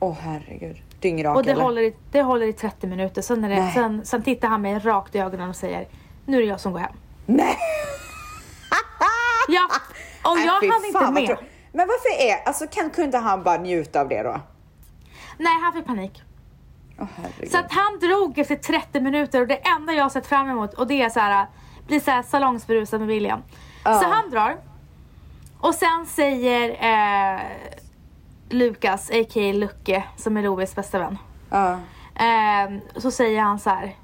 [SPEAKER 2] Åh herregud. Dyngrak
[SPEAKER 1] Och det
[SPEAKER 2] eller?
[SPEAKER 1] håller, i, det håller i 30 minuter. Sen, är det,
[SPEAKER 2] Nej.
[SPEAKER 1] sen, sen tittar han mig rakt i ögonen och säger Nu är det jag som går hem.
[SPEAKER 2] Nej!
[SPEAKER 1] Ja, och
[SPEAKER 2] Ah, Nej,
[SPEAKER 1] jag
[SPEAKER 2] fy
[SPEAKER 1] hann inte
[SPEAKER 2] fan, vad
[SPEAKER 1] med.
[SPEAKER 2] tråkigt. Men varför är, alltså kan, kunde inte han bara njuta av det då?
[SPEAKER 1] Nej, han fick panik.
[SPEAKER 2] Åh herregud.
[SPEAKER 1] Så att han drog efter 30 minuter och det enda jag har sett fram emot och det är så här, bli så här salongsberusad med William.
[SPEAKER 2] Ja.
[SPEAKER 1] Så han drar. Och sen säger eh, Lukas, a.k.a. Lucke, som är Lovis bästa vän.
[SPEAKER 2] Ja.
[SPEAKER 1] Ehm, så säger han så här.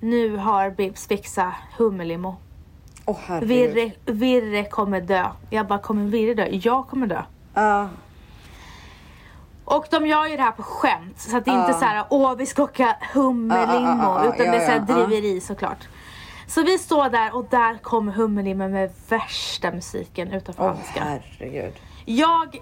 [SPEAKER 1] Nu har Bibs fixat hummelimo.
[SPEAKER 2] Åh herregud.
[SPEAKER 1] Virre, virre kommer dö. Jag bara, kommer Virre dö? Jag kommer dö.
[SPEAKER 2] Ja.
[SPEAKER 1] Och de gör ju det här på skämt. Så att det är inte
[SPEAKER 2] Ja.
[SPEAKER 1] så här, åh vi ska åka hummelimo.
[SPEAKER 2] Ja, ja, ja, ah, ja,
[SPEAKER 1] utan det är så här
[SPEAKER 2] ja, ja, ja.
[SPEAKER 1] driveri såklart. Så vi står där och där kommer hummelimo med värsta musiken utanför
[SPEAKER 2] Åh
[SPEAKER 1] handsken.
[SPEAKER 2] herregud.
[SPEAKER 1] Jag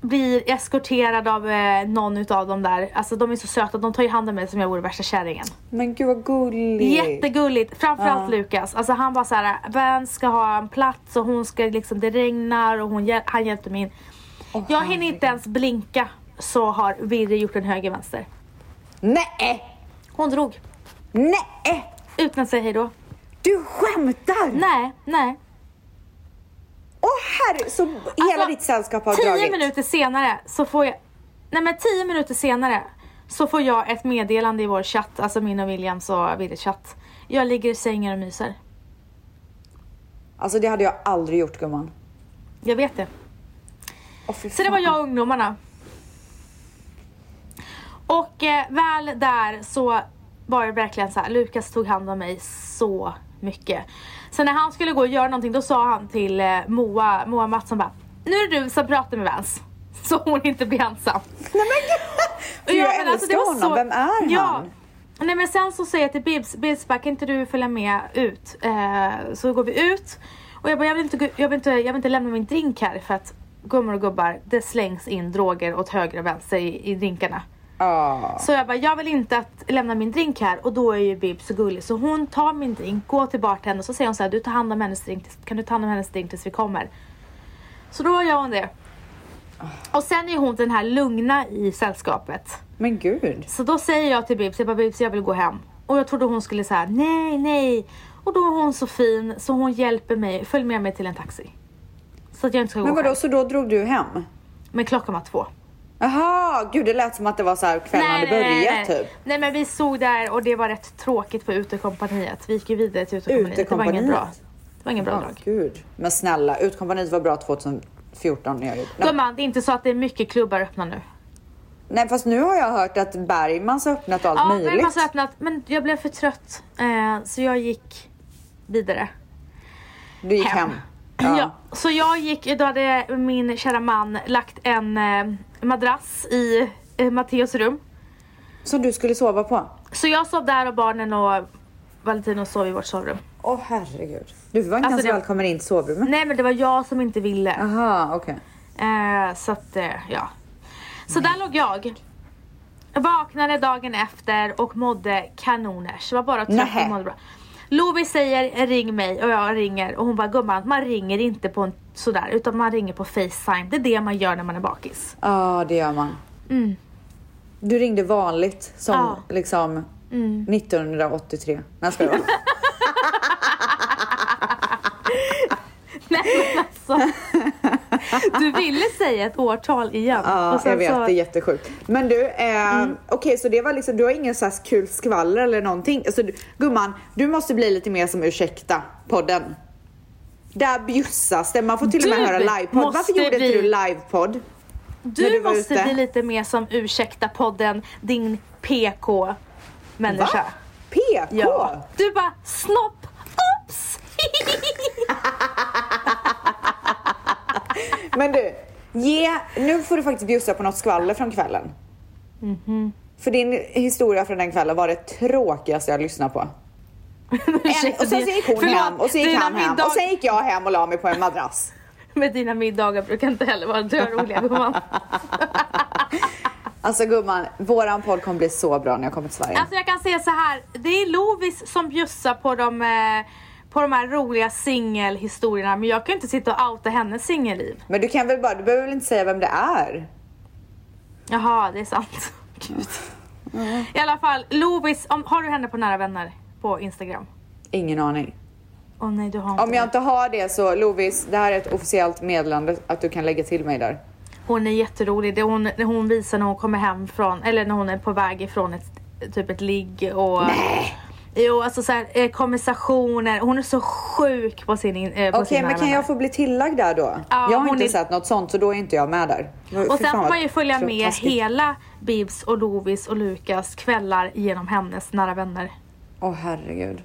[SPEAKER 1] blir eskorterad av eh, någon utav dem där. Alltså de är så söta, de tar ju hand om mig som jag vore värsta kärringen.
[SPEAKER 2] Men gud vad gulligt.
[SPEAKER 1] Jättegulligt, framförallt Lukas. Alltså han var så här, vän ska ha en plats och hon ska liksom, det regnar och hon, hjäl- han hjälpte mig in.
[SPEAKER 2] Åh,
[SPEAKER 1] jag
[SPEAKER 2] herregud.
[SPEAKER 1] hinner inte ens blinka så har Virre gjort en höger vänster.
[SPEAKER 2] Nej!
[SPEAKER 1] Hon drog,
[SPEAKER 2] Nej!
[SPEAKER 1] utan att säga hejdå.
[SPEAKER 2] Du skämtar!
[SPEAKER 1] Nej, nej.
[SPEAKER 2] Åh herre, så hela
[SPEAKER 1] Alltså,
[SPEAKER 2] ditt sällskap har
[SPEAKER 1] tio
[SPEAKER 2] dragit?
[SPEAKER 1] minuter senare så får jag, nej men tio minuter senare så får jag ett meddelande i vår chatt, alltså min och Williams och Virres chatt. Jag ligger i sängen och myser.
[SPEAKER 2] Alltså det hade jag aldrig gjort gumman.
[SPEAKER 1] Jag vet det.
[SPEAKER 2] Åh, fy
[SPEAKER 1] Så det
[SPEAKER 2] fan.
[SPEAKER 1] var jag och ungdomarna. Och eh, väl där så var det verkligen så här, Lukas tog hand om mig så mycket. Så när han skulle gå och göra någonting då sa han till eh, Moa, Moa Mattsson bara, nu är det du som pratar med Vans. Så hon inte blir ensam.
[SPEAKER 2] Nej men gud! För
[SPEAKER 1] Ja,
[SPEAKER 2] jag
[SPEAKER 1] men
[SPEAKER 2] älskar
[SPEAKER 1] alltså, det var
[SPEAKER 2] honom, vem är
[SPEAKER 1] ja.
[SPEAKER 2] han?
[SPEAKER 1] Nej men sen så säger jag till Bibs, Bibs bara, kan inte du följa med ut? Eh, så går vi ut och jag bara, jag vill, inte, gå- jag, vill inte, jag vill inte lämna min drink här för att gummor och gubbar, det slängs in droger åt höger och vänster i, i drinkarna.
[SPEAKER 2] Ja.
[SPEAKER 1] Så jag bara, jag vill inte att lämna min drink här och då är ju Bibs så gullig så hon tar min drink, går till bartendern och så säger hon så här, du tar hand om hennes drink, tills, kan du ta hand om hennes drink tills vi kommer? Så då gör hon det. Och sen är hon den här lugna i sällskapet.
[SPEAKER 2] Men gud.
[SPEAKER 1] Så då säger jag till Bibs, jag bara Bibs jag vill gå hem. Och jag trodde hon skulle säga nej, nej. Och då är hon så fin så hon hjälper mig, följ med mig till en taxi. Så att jag inte ska
[SPEAKER 2] Men
[SPEAKER 1] gå själv.
[SPEAKER 2] vadå, så då drog du hem?
[SPEAKER 1] Men klockan var två.
[SPEAKER 2] Jaha, gud det lät som att det var så här kvällen hade börjat
[SPEAKER 1] nej.
[SPEAKER 2] typ.
[SPEAKER 1] Nej men vi såg där och det var rätt tråkigt för utekompaniet. Vi gick ju vidare till utekompaniet. Det var ingen bra,
[SPEAKER 2] Utekompaniet?
[SPEAKER 1] det var ingen bra
[SPEAKER 2] Ja,
[SPEAKER 1] dag.
[SPEAKER 2] gud. Men snälla, Utkompaniet var bra 2014 när jag gjorde. Nej,
[SPEAKER 1] Gumman, det är inte så att det är mycket klubbar öppna nu.
[SPEAKER 2] nej fast nu har jag hört att Bergmans har öppnat allt
[SPEAKER 1] Ja, men, alltså,
[SPEAKER 2] möjligt.
[SPEAKER 1] man öppnat, men jag blev för trött eh, så jag gick vidare.
[SPEAKER 2] Du gick hem.
[SPEAKER 1] hem. Ja. så jag gick, då hade min kära man lagt en eh, madrass i eh, Matteos rum.
[SPEAKER 2] Som du skulle sova på.
[SPEAKER 1] Så jag sov där och barnen och Valentino sov i vårt sovrum.
[SPEAKER 2] Åh herregud. Du var inte
[SPEAKER 1] Alltså,
[SPEAKER 2] ens
[SPEAKER 1] det-
[SPEAKER 2] välkommen in till sovrummet.
[SPEAKER 1] Nej men det var jag som inte ville.
[SPEAKER 2] Aha, okej.
[SPEAKER 1] Eh, så att, eh, ja. Så där låg jag. Jag Vaknade dagen efter och mådde kanoners. Var bara trött
[SPEAKER 2] Nähä.
[SPEAKER 1] och mådde bra. Lovis säger ring mig och jag ringer och hon bara gumman man ringer inte på en sådär utan man ringer på facetime. Det är det man gör när man är bakis.
[SPEAKER 2] Ja, det gör man.
[SPEAKER 1] Mm.
[SPEAKER 2] Du ringde vanligt som
[SPEAKER 1] Ja. Mm.
[SPEAKER 2] liksom 1983. Nej, jag skojar bara.
[SPEAKER 1] Nej men alltså. Du ville säga ett årtal igen.
[SPEAKER 2] Ja,
[SPEAKER 1] sen
[SPEAKER 2] jag vet.
[SPEAKER 1] så- Mm.
[SPEAKER 2] Det är jättesjukt. Men du, eh, okej så det var liksom, du har ingen så här kul skvaller eller någonting. Alltså, du, gumman, du måste bli lite mer som Ursäkta-podden. Där bjussas det. Man får till och med
[SPEAKER 1] Du
[SPEAKER 2] höra livepodd. Varför
[SPEAKER 1] måste
[SPEAKER 2] gjorde
[SPEAKER 1] bli-
[SPEAKER 2] inte du livepodd?
[SPEAKER 1] Du,
[SPEAKER 2] när du var
[SPEAKER 1] måste
[SPEAKER 2] ute.
[SPEAKER 1] bli lite mer som ursäkta podden din PK människa.
[SPEAKER 2] PK!
[SPEAKER 1] Ja. Du bara snopp, oops!
[SPEAKER 2] Men du, ge, nu får du faktiskt bjussa på något skvaller från kvällen.
[SPEAKER 1] Mhm.
[SPEAKER 2] För din historia från den kvällen var det tråkigaste jag lyssnat på. En, och sen så gick hon hem och så gick
[SPEAKER 1] dina
[SPEAKER 2] han hem
[SPEAKER 1] middag-
[SPEAKER 2] och sen gick jag hem och la mig på en madrass.
[SPEAKER 1] Men dina middagar brukar inte heller vara dörroliga gumman.
[SPEAKER 2] Alltså gumman, våran podd kommer bli så bra när jag kommer till Sverige.
[SPEAKER 1] Alltså jag kan säga så här, det är Lovis som bjussar på de, eh, på de här roliga singelhistorierna men jag kan ju inte sitta och outa hennes singelliv.
[SPEAKER 2] Men du kan väl bara, du behöver väl inte säga vem det är?
[SPEAKER 1] Jaha, det är sant. Gud. I alla fall, Lovis, om, har du henne på nära vänner på Instagram?
[SPEAKER 2] Ingen aning.
[SPEAKER 1] Åh nej, du har inte
[SPEAKER 2] Om jag
[SPEAKER 1] det.
[SPEAKER 2] inte har det så Lovis, det här är ett officiellt meddelande att du kan lägga till mig där.
[SPEAKER 1] Hon är jätterolig. Det hon, när hon visar när hon kommer hem från, eller när hon är på väg ifrån ett, typ ett ligg och... Nej! Jo, alltså så här, eh, konversationer. Hon är så sjuk på sin... in- Eh, på
[SPEAKER 2] Okej,
[SPEAKER 1] sina
[SPEAKER 2] men kan
[SPEAKER 1] vänner.
[SPEAKER 2] jag få bli tillagd där då?
[SPEAKER 1] Ja,
[SPEAKER 2] jag har
[SPEAKER 1] hon
[SPEAKER 2] inte
[SPEAKER 1] är-
[SPEAKER 2] sett något sånt så då är inte jag med där. Fy
[SPEAKER 1] Och sen
[SPEAKER 2] fan
[SPEAKER 1] får
[SPEAKER 2] vad
[SPEAKER 1] man ju följa
[SPEAKER 2] trå-
[SPEAKER 1] med
[SPEAKER 2] taskigt.
[SPEAKER 1] hela Bibs och Lovis och Lukas kvällar genom hennes nära vänner.
[SPEAKER 2] Åh herregud.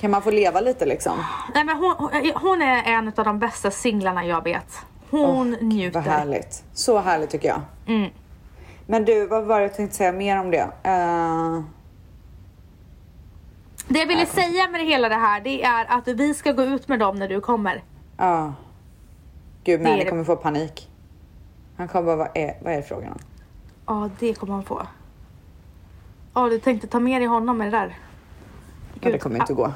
[SPEAKER 2] Kan man få leva lite liksom?
[SPEAKER 1] Nej men hon, hon- hon är en av de bästa singlarna jag vet. Hon
[SPEAKER 2] Vad
[SPEAKER 1] njuter.
[SPEAKER 2] härligt. Så härligt tycker jag.
[SPEAKER 1] Mm.
[SPEAKER 2] Men du, vad var det jag tänkte säga mer om det? Eh,
[SPEAKER 1] Det jag ville säga med det hela det här det är att vi ska gå ut med dem när du kommer.
[SPEAKER 2] Ja. Gud,
[SPEAKER 1] Det är
[SPEAKER 2] Mani
[SPEAKER 1] det.
[SPEAKER 2] kommer få panik. Han kommer bara, vad är, vad är frågan om?
[SPEAKER 1] Ja, det kommer han få. Ja, du tänkte ta med dig honom med det där?
[SPEAKER 2] Ja, det
[SPEAKER 1] Gud,
[SPEAKER 2] kommer inte
[SPEAKER 1] ah.
[SPEAKER 2] gå.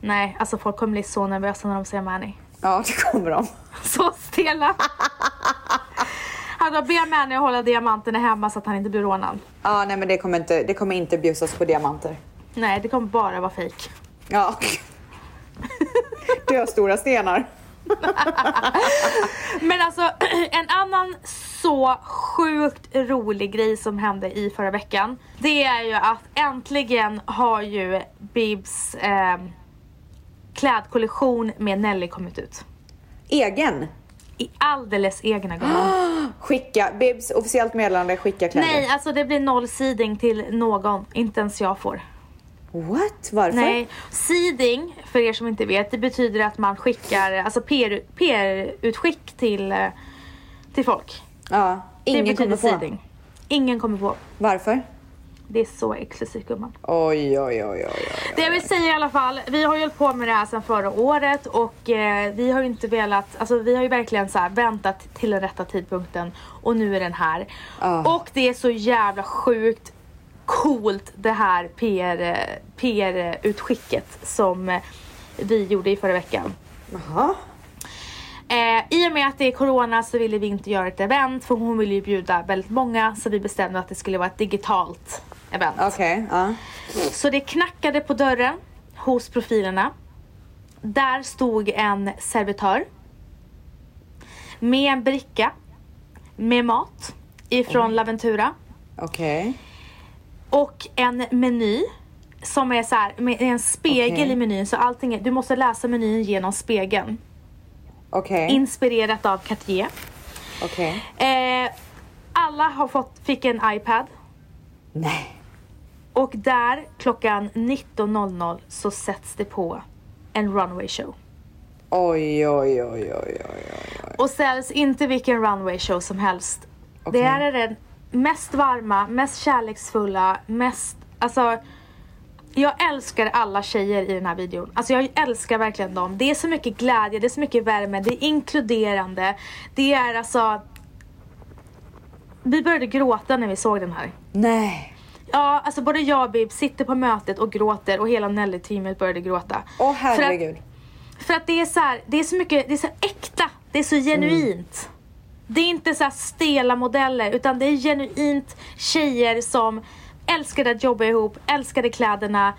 [SPEAKER 1] Nej, alltså folk kommer bli så nervösa när de ser Manny.
[SPEAKER 2] Ja, det kommer de.
[SPEAKER 1] Så stela. Han har be Manny att hålla diamanterna hemma så att han inte blir rånad.
[SPEAKER 2] Ja, nej men det kommer inte, det kommer inte bjussas på diamanter.
[SPEAKER 1] Nej, det kommer bara vara fejk.
[SPEAKER 2] Ja. Du har stora stenar.
[SPEAKER 1] Men alltså, en annan så sjukt rolig grej som hände i förra veckan. Det är ju att äntligen har ju Bibs eh, klädkollektion med Nelly kommit ut.
[SPEAKER 2] Egen.
[SPEAKER 1] I alldeles egna gumman.
[SPEAKER 2] Skicka, Bibs officiellt meddelande, skicka kläder.
[SPEAKER 1] Nej, alltså det blir noll seeding till någon. Inte ens jag får.
[SPEAKER 2] What? Varför?
[SPEAKER 1] Nej, seeding, för er som inte vet, det betyder att man skickar alltså PR, PR-utskick till, eh, till folk.
[SPEAKER 2] Ja,
[SPEAKER 1] det
[SPEAKER 2] ingen
[SPEAKER 1] betyder
[SPEAKER 2] kommer få.
[SPEAKER 1] seeding. Ingen kommer på.
[SPEAKER 2] Varför?
[SPEAKER 1] Det är så exklusivt gumman.
[SPEAKER 2] Oj, oj, oj, oj, oj.
[SPEAKER 1] Det jag vill säga i alla fall, vi har ju hållit på med det här sedan förra året och eh, vi har ju inte velat, alltså vi har ju verkligen så här väntat till den rätta tidpunkten och nu är den här.
[SPEAKER 2] Ah.
[SPEAKER 1] Och det är så jävla sjukt coolt det här PR, PR-utskicket som eh, vi gjorde i förra veckan.
[SPEAKER 2] Jaha.
[SPEAKER 1] Eh, I och med att det är corona så ville vi inte göra ett event för hon ville ju bjuda väldigt många så vi bestämde att det skulle vara ett digitalt event.
[SPEAKER 2] Okej, ja.
[SPEAKER 1] Så det knackade på dörren hos profilerna. Där stod en servitör med en bricka med mat ifrån Laventura
[SPEAKER 2] Okej.
[SPEAKER 1] och en meny som är så här, med en spegel
[SPEAKER 2] Okej.
[SPEAKER 1] i menyn så allting är, du måste läsa menyn genom spegeln.
[SPEAKER 2] Okej.
[SPEAKER 1] Inspirerat av Cartier.
[SPEAKER 2] Okej.
[SPEAKER 1] Eh, alla har fått, fick en iPad
[SPEAKER 2] Nej.
[SPEAKER 1] och där klockan 19.00 så sätts det på en runway show.
[SPEAKER 2] Oj, oj, oj, oj, oj.
[SPEAKER 1] Och säljs inte vilken runway show som helst.
[SPEAKER 2] Okej.
[SPEAKER 1] Det här är den mest varma, mest kärleksfulla, mest, alltså jag älskar alla tjejer i den här videon. Alltså jag älskar verkligen dem. Det är så mycket glädje, det är så mycket värme, det är inkluderande. Det är alltså... Vi började gråta när vi såg den här.
[SPEAKER 2] Nej.
[SPEAKER 1] Ja, alltså både jag och Bib sitter på mötet och gråter och hela Nelly-teamet började gråta.
[SPEAKER 2] Åh
[SPEAKER 1] För
[SPEAKER 2] herregud.
[SPEAKER 1] att, för att det är så här, det är så mycket, det är så äkta, det är så genuint. Det är inte så här stela modeller utan det är genuint tjejer som älskade att jobba ihop, älskade kläderna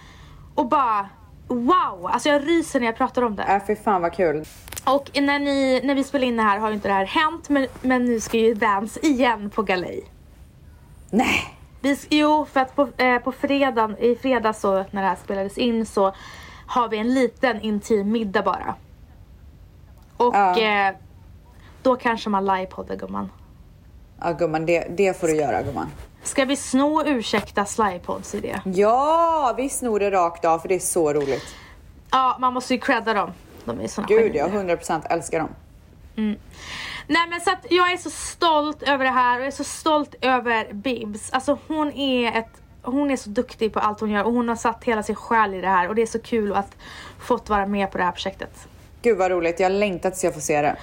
[SPEAKER 1] och bara wow! Alltså jag ryser när jag pratar om det.
[SPEAKER 2] Ja, Äh, fy fan vad kul.
[SPEAKER 1] Och när, ni, när vi spelar in det här har ju inte det här hänt men, men nu ska ju Vans igen på galej.
[SPEAKER 2] Nej.
[SPEAKER 1] Vi, s- jo, för att på, eh, på fredag, i fredags så, när det här spelades in så har vi en liten intim middag bara. Och
[SPEAKER 2] Ja.
[SPEAKER 1] eh, då kanske man livepoddar gumman.
[SPEAKER 2] Ja gumman, det, det får du göra gumman.
[SPEAKER 1] Ska vi sno ursäktas livepods idé?
[SPEAKER 2] Ja, vi snor det rakt av för det är så roligt.
[SPEAKER 1] Ja, man måste ju credda dem. De är såna
[SPEAKER 2] Gud,
[SPEAKER 1] genier.
[SPEAKER 2] jag 100% älskar dem.
[SPEAKER 1] Nej men så att jag är så stolt över det här och jag är så stolt över Bibs. Alltså hon är ett hon är så duktig på allt hon gör och hon har satt hela sin själ i det här och det är så kul att fått vara med på det här projektet.
[SPEAKER 2] Gud vad roligt, jag längtar tills jag får se det.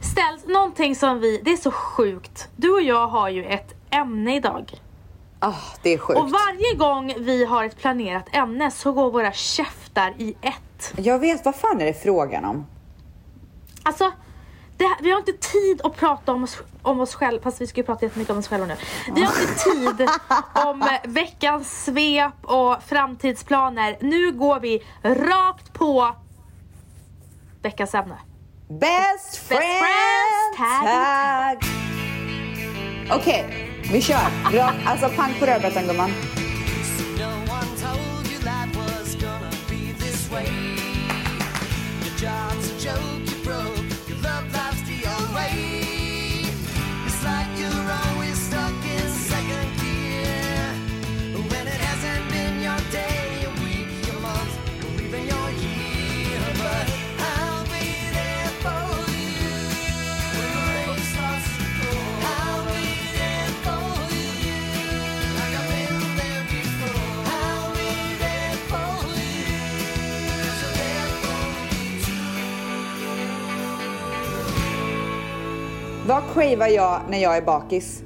[SPEAKER 1] ställs någonting som vi, det är så sjukt. Du och jag har ju ett ämne idag.
[SPEAKER 2] Ah, det är sjukt.
[SPEAKER 1] Och varje gång vi har ett planerat ämne så går våra käftar i ett.
[SPEAKER 2] Jag vet, vad fan är det frågan om?
[SPEAKER 1] Alltså, det, här- vi har inte tid att prata om oss, om oss själva, fast vi ska ju prata jättemycket om oss själva nu. Vi har inte tid om eh, veckans svep och framtidsplaner. Nu går vi rakt på veckans ämne.
[SPEAKER 2] Best friends,
[SPEAKER 1] friends, tag
[SPEAKER 2] tag! Okej, vi kör. Bra. Alltså pang på rödbetan gumman.
[SPEAKER 3] No one told you life was gonna be this way. Your job's a joke, you broke. Your love life's the old way. It's like you're always stuck in second gear. When it hasn't been your day, your week, your month, or even your year. But I'll be there for you. When the rain starts to pour, I'll be there for you. Like I've been there before, I'll be there for you. 'Cause you're there for me too.
[SPEAKER 2] Vad skivar jag när jag är bakis?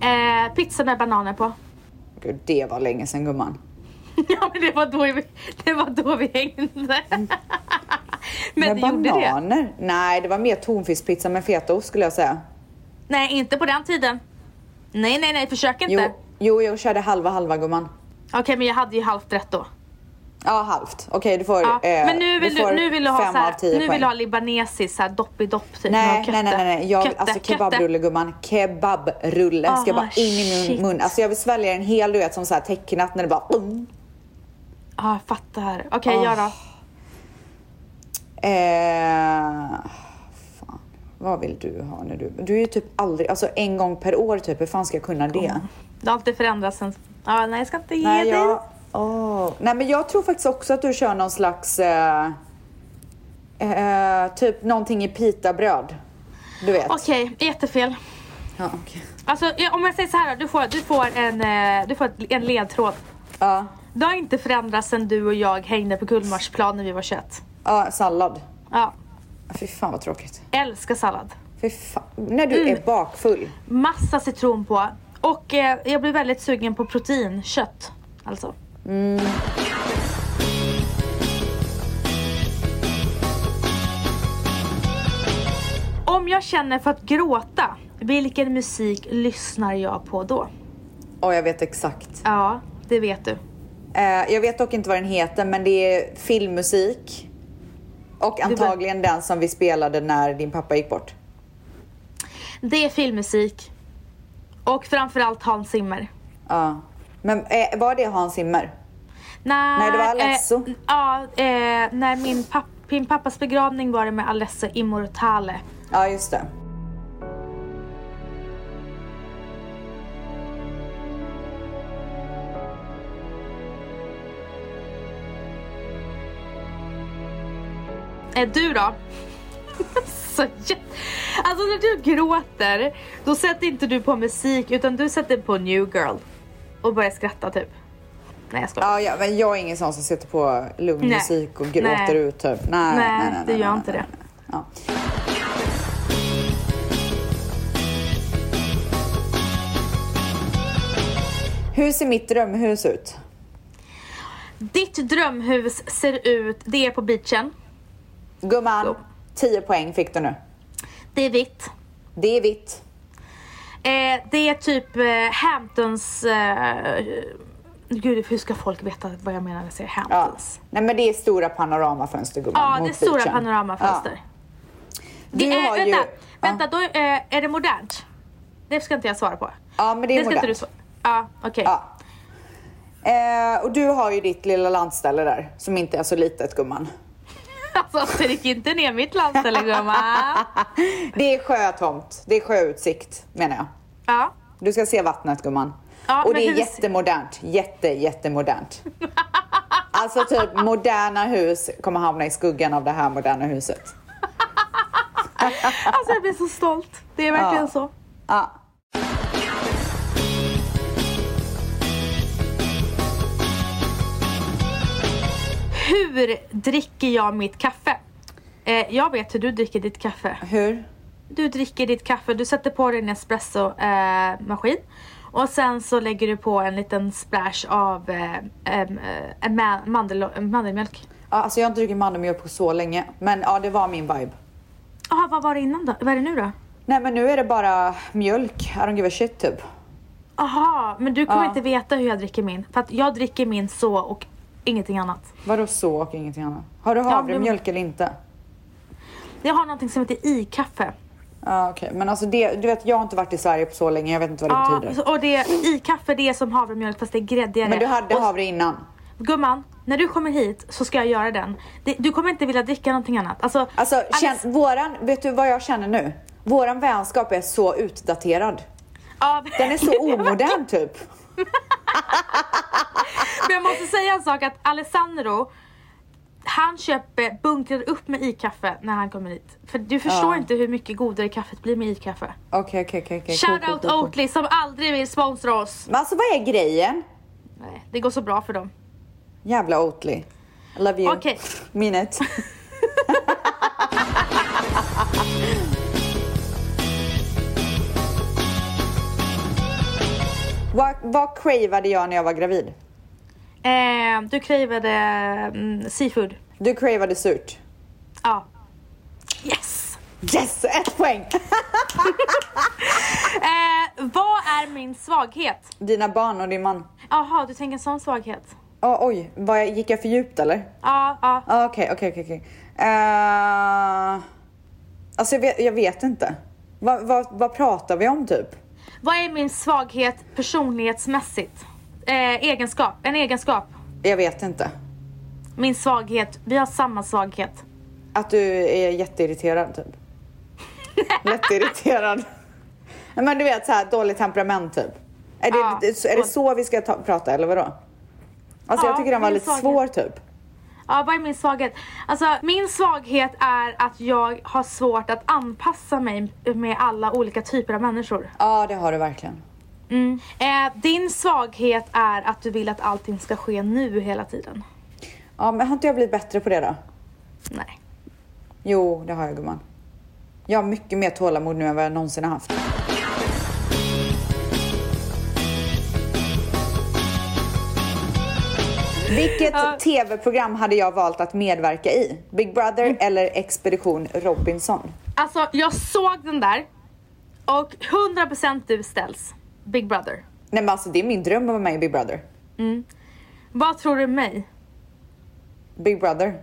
[SPEAKER 1] Eh, pizza med bananer på.
[SPEAKER 2] Gud, det var länge sedan gumman.
[SPEAKER 1] Ja men det var då vi, det var då vi hängde. men
[SPEAKER 2] Mm. Med
[SPEAKER 1] det gjorde det.
[SPEAKER 2] bananer? Nej, det var mer tonfiskpizza med fetaost skulle jag säga.
[SPEAKER 1] Nej inte på den tiden. Nej nej nej försök inte.
[SPEAKER 2] Jo, jo, jag körde halva halva gumman.
[SPEAKER 1] Okej men jag hade ju halvt rätt då.
[SPEAKER 2] Ja, halvt. Okej, du får
[SPEAKER 1] Ja.
[SPEAKER 2] eh,
[SPEAKER 1] men nu vill du,
[SPEAKER 2] får
[SPEAKER 1] nu vill du ha
[SPEAKER 2] fem
[SPEAKER 1] så här,
[SPEAKER 2] av tio
[SPEAKER 1] nu vill
[SPEAKER 2] poäng.
[SPEAKER 1] du ha libanesiskt så här dopp i dopp typ. med
[SPEAKER 2] Nej, nej, nej,
[SPEAKER 1] kötte.
[SPEAKER 2] nej, nej. Jag,
[SPEAKER 1] Kötte,
[SPEAKER 2] alltså
[SPEAKER 1] kötte.
[SPEAKER 2] kebabrulle gumman, kebabrulle ska
[SPEAKER 1] Ah,
[SPEAKER 2] bara in i
[SPEAKER 1] shit.
[SPEAKER 2] min mun. Alltså jag vill svälja en hel du vet som så här tecknat när det bara
[SPEAKER 1] Mm.
[SPEAKER 2] um.
[SPEAKER 1] Ja jag fattar. Okej
[SPEAKER 2] Ah.
[SPEAKER 1] jag då.
[SPEAKER 2] Eh, fan. Vad vill du ha när du... Du är ju typ aldrig, alltså en gång per år typ, hur fan ska jag kunna det?
[SPEAKER 1] Det har alltid förändrats sen. Ja nej jag ska inte ge
[SPEAKER 2] Nej,
[SPEAKER 1] dig.
[SPEAKER 2] jag, åh. Nej men jag tror faktiskt också att du kör någon slags eh, eh, typ någonting i pitabröd. Du vet.
[SPEAKER 1] Okej jättefel.
[SPEAKER 2] Ja, okej.
[SPEAKER 1] Alltså ja, om jag säger så här då. Du får, du får, en, eh, du får ett- en ledtråd.
[SPEAKER 2] Ja,
[SPEAKER 1] Det har inte förändrats sen du och jag hängde på Gullmarsplan när vi var 21.
[SPEAKER 2] ja, sallad.
[SPEAKER 1] Ja,
[SPEAKER 2] Fy fan vad tråkigt.
[SPEAKER 1] älskar sallad.
[SPEAKER 2] Fy fan. När du är bakfull.
[SPEAKER 1] Massa citron på. Och eh, jag blir väldigt sugen på protein, kött. Alltså. Om jag känner för att gråta, vilken musik lyssnar jag på då?
[SPEAKER 2] Ja, jag vet exakt.
[SPEAKER 1] Ja, det vet du.
[SPEAKER 2] Eh, jag vet dock inte vad den heter, men det är filmmusik. Och antagligen den som vi spelade när din pappa gick bort.
[SPEAKER 1] Det är filmmusik. Och framförallt Hans Zimmer.
[SPEAKER 2] Ja. Men eh, var det Hans Zimmer?
[SPEAKER 1] När,
[SPEAKER 2] Nej, det var Alesso.
[SPEAKER 1] Eh, ja, eh, när min, papp, min pappas begravning var det med Alesso Immortale.
[SPEAKER 2] Ja, just det.
[SPEAKER 1] Eh, du då? Så jä- alltså när du gråter, då sätter inte du på musik utan du sätter på New Girl. Och börjar skratta typ. Nej jag skojar.
[SPEAKER 2] Ja, ja, men jag är ingen sån som sätter på lugn
[SPEAKER 1] Nej.
[SPEAKER 2] musik och gråter
[SPEAKER 1] Nej.
[SPEAKER 2] ut typ.
[SPEAKER 1] Nej,
[SPEAKER 2] Nej, nej, nej, nej
[SPEAKER 1] det gör
[SPEAKER 2] nej,
[SPEAKER 1] inte
[SPEAKER 2] nej,
[SPEAKER 1] det.
[SPEAKER 2] nej. Ja. Hur ser mitt drömhus ut?
[SPEAKER 1] Ditt drömhus ser ut, det är på beachen.
[SPEAKER 2] Gumman,
[SPEAKER 1] Så.
[SPEAKER 2] 10 poäng fick du nu.
[SPEAKER 1] Det är vitt.
[SPEAKER 2] Det är vitt.
[SPEAKER 1] Eh, det är typ eh, Hamptons... Eh, gud, hur ska folk veta vad jag menar när jag säger
[SPEAKER 2] Ja.
[SPEAKER 1] Hamptons?
[SPEAKER 2] Nej men det är stora panoramafönster gumman.
[SPEAKER 1] Ja, det är
[SPEAKER 2] mot
[SPEAKER 1] stora
[SPEAKER 2] beachen.
[SPEAKER 1] panoramafönster.
[SPEAKER 2] Ja.
[SPEAKER 1] Det
[SPEAKER 2] Du
[SPEAKER 1] är,
[SPEAKER 2] har
[SPEAKER 1] vänta,
[SPEAKER 2] ju...
[SPEAKER 1] vänta då, eh, är det modernt? Det ska inte jag svara på.
[SPEAKER 2] Ja men det är
[SPEAKER 1] ska inte du
[SPEAKER 2] modernt.
[SPEAKER 1] svara Ja, okej.
[SPEAKER 2] Ja. Eh, och du har ju ditt lilla landställe där som inte är så litet gumman.
[SPEAKER 1] Alltså, tryck inte ner mitt landställe gumman.
[SPEAKER 2] Det är sjötomt, det är sjöutsikt menar jag.
[SPEAKER 1] Ja.
[SPEAKER 2] Du ska se vattnet gumman.
[SPEAKER 1] Ja,
[SPEAKER 2] och
[SPEAKER 1] men
[SPEAKER 2] det är
[SPEAKER 1] hur-
[SPEAKER 2] jättemodernt, jätte jättemodernt. alltså typ moderna hus kommer hamna i skuggan av det här moderna huset.
[SPEAKER 1] Alltså jag blir så stolt. Det är verkligen
[SPEAKER 2] Ja.
[SPEAKER 1] så.
[SPEAKER 2] Ja.
[SPEAKER 1] Hur dricker jag mitt kaffe? Eh, jag vet hur du dricker ditt kaffe.
[SPEAKER 2] Hur?
[SPEAKER 1] Du dricker ditt kaffe, du sätter på din espressomaskin. Eh, maskin. och sen så lägger du på en liten splash av eh, em, eh, en ma- mandel- mandelmjölk.
[SPEAKER 2] Ja, alltså jag har inte druckit mandelmjölk på så länge, men ja det var min vibe.
[SPEAKER 1] Jaha, vad var det innan då? Vad är det nu då?
[SPEAKER 2] Nej men nu är det bara mjölk, I don't give a shit typ.
[SPEAKER 1] Jaha, men du kommer
[SPEAKER 2] Ja.
[SPEAKER 1] inte veta hur jag dricker min. För att jag dricker min så och ingenting annat.
[SPEAKER 2] Vadå så och ingenting annat? Har du havremjölk eller inte?
[SPEAKER 1] Jag har någonting som heter i-kaffe.
[SPEAKER 2] Ja okej, men alltså det, du vet jag har inte varit i Sverige på så länge, jag vet inte vad det
[SPEAKER 1] Ja,
[SPEAKER 2] betyder.
[SPEAKER 1] och det i-kaffe det är som havremjölk fast det är gräddigare.
[SPEAKER 2] Men du hade
[SPEAKER 1] och,
[SPEAKER 2] havre innan?
[SPEAKER 1] Gumman, när du kommer hit så ska jag göra den. Det, du kommer inte vilja dricka någonting annat. Alltså,
[SPEAKER 2] Alltså
[SPEAKER 1] Alice-
[SPEAKER 2] känn, våran, vet du vad jag känner nu? Våran vänskap är så utdaterad.
[SPEAKER 1] ja,
[SPEAKER 2] Den är så omodern typ.
[SPEAKER 1] Men jag måste säga en sak att Alessandro han köper, bunkrar upp med i-kaffe när han kommer hit. För du förstår
[SPEAKER 2] Ja.
[SPEAKER 1] inte hur mycket godare kaffet blir med i-kaffe.
[SPEAKER 2] Okej okej okej. okej. Cool, cool,
[SPEAKER 1] Shoutout
[SPEAKER 2] cool, cool.
[SPEAKER 1] Oatly som aldrig vill sponsra oss.
[SPEAKER 2] Men alltså vad är grejen?
[SPEAKER 1] Nej, det går så bra för dem.
[SPEAKER 2] Jävla Oatly. I love you.
[SPEAKER 1] Okej.
[SPEAKER 2] Minute. vad, vad cravade jag när jag var gravid?
[SPEAKER 1] Eh, du cravade mm, seafood.
[SPEAKER 2] Du cravade surt.
[SPEAKER 1] Ja. Yes!
[SPEAKER 2] Yes! Ett poäng!
[SPEAKER 1] Eh, vad är min svaghet?
[SPEAKER 2] Dina barn och din man.
[SPEAKER 1] Jaha, du tänker en sån svaghet?
[SPEAKER 2] Ja, oj, var jag, gick jag för djupt eller?
[SPEAKER 1] Ja, ja.
[SPEAKER 2] Ja, Ah, Okej, okej, okej. okej. Eh, Alltså jag vet, jag vet inte. Vad- vad- vad pratar vi om typ?
[SPEAKER 1] Vad är min svaghet personlighetsmässigt? Eh, egenskap, en egenskap.
[SPEAKER 2] Jag vet inte.
[SPEAKER 1] Min svaghet, vi har samma svaghet.
[SPEAKER 2] Att du är jätteirriterad typ. Lättirriterad. Nej, Men du vet så här dåligt temperament typ. Är det,
[SPEAKER 1] Ja.
[SPEAKER 2] är det så vi ska ta, prata eller vadå? Alltså jag
[SPEAKER 1] Ja,
[SPEAKER 2] tycker den var
[SPEAKER 1] min
[SPEAKER 2] lite
[SPEAKER 1] svaghet.
[SPEAKER 2] svår typ.
[SPEAKER 1] Ja, vad är min svaghet? Alltså min svaghet är att jag har svårt att anpassa mig med alla olika typer av människor.
[SPEAKER 2] Ja det har du verkligen.
[SPEAKER 1] Mm. Eh, din svaghet är att du vill att allting ska ske nu hela tiden.
[SPEAKER 2] Ja men har inte jag blivit bättre på det då?
[SPEAKER 1] Nej.
[SPEAKER 2] Jo det har jag gumman. Jag har mycket mer tålamod nu än vad jag någonsin har haft. Vilket
[SPEAKER 1] Ja.
[SPEAKER 2] tv-program hade jag valt att medverka i? Big Brother eller Expedition Robinson?
[SPEAKER 1] Alltså jag såg den där och 100% du ställs. Big Brother.
[SPEAKER 2] Nej men alltså det är min dröm att vara med i Big Brother.
[SPEAKER 1] Vad tror du mig?
[SPEAKER 2] Big Brother.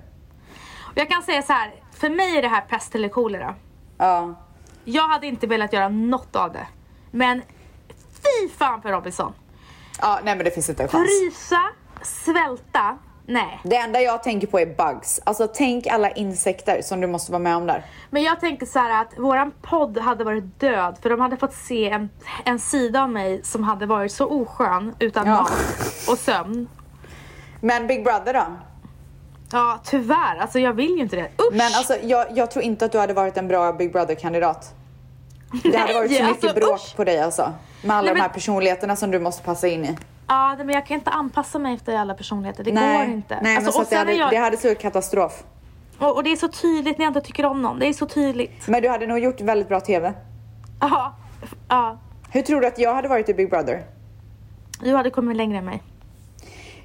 [SPEAKER 1] Jag kan säga så här. för mig är det här pest eller kolera.
[SPEAKER 2] Ja.
[SPEAKER 1] Jag hade inte velat göra något av det. Men fy fan för Robinson.
[SPEAKER 2] Ja, nej men det finns inte en chans.
[SPEAKER 1] Frysa, svälta, nej.
[SPEAKER 2] Det enda jag tänker på är bugs. Alltså tänk alla insekter som du måste vara med om där.
[SPEAKER 1] Men jag tänker så här att våran podd hade varit död för de hade fått se en, en sida av mig som hade varit så oskön utan
[SPEAKER 2] Ja.
[SPEAKER 1] mat och sömn.
[SPEAKER 2] Men Big Brother då?
[SPEAKER 1] Ja, tyvärr. Alltså jag vill ju inte det. Usch!
[SPEAKER 2] Men alltså jag, jag tror inte att du hade varit en bra Big Brother-kandidat. Det hade
[SPEAKER 1] Nej,
[SPEAKER 2] varit så mycket
[SPEAKER 1] alltså,
[SPEAKER 2] bråk
[SPEAKER 1] usch.
[SPEAKER 2] på dig alltså. Med alla
[SPEAKER 1] Nej,
[SPEAKER 2] de här
[SPEAKER 1] men-
[SPEAKER 2] personligheterna som du måste passa in i.
[SPEAKER 1] Ja, nej, men jag kan inte anpassa mig efter alla personligheter. Det
[SPEAKER 2] nej.
[SPEAKER 1] går inte.
[SPEAKER 2] Nej
[SPEAKER 1] alltså,
[SPEAKER 2] men så
[SPEAKER 1] och,
[SPEAKER 2] att det
[SPEAKER 1] sen
[SPEAKER 2] hade,
[SPEAKER 1] är jag,
[SPEAKER 2] det hade sett katastrof.
[SPEAKER 1] och, och det är så tydligt när jag inte tycker om någon. Det är så tydligt.
[SPEAKER 2] Men du hade nog gjort väldigt bra TV.
[SPEAKER 1] Ja, ja.
[SPEAKER 2] Hur tror du att jag hade varit i Big Brother?
[SPEAKER 1] Du hade kommit längre än mig.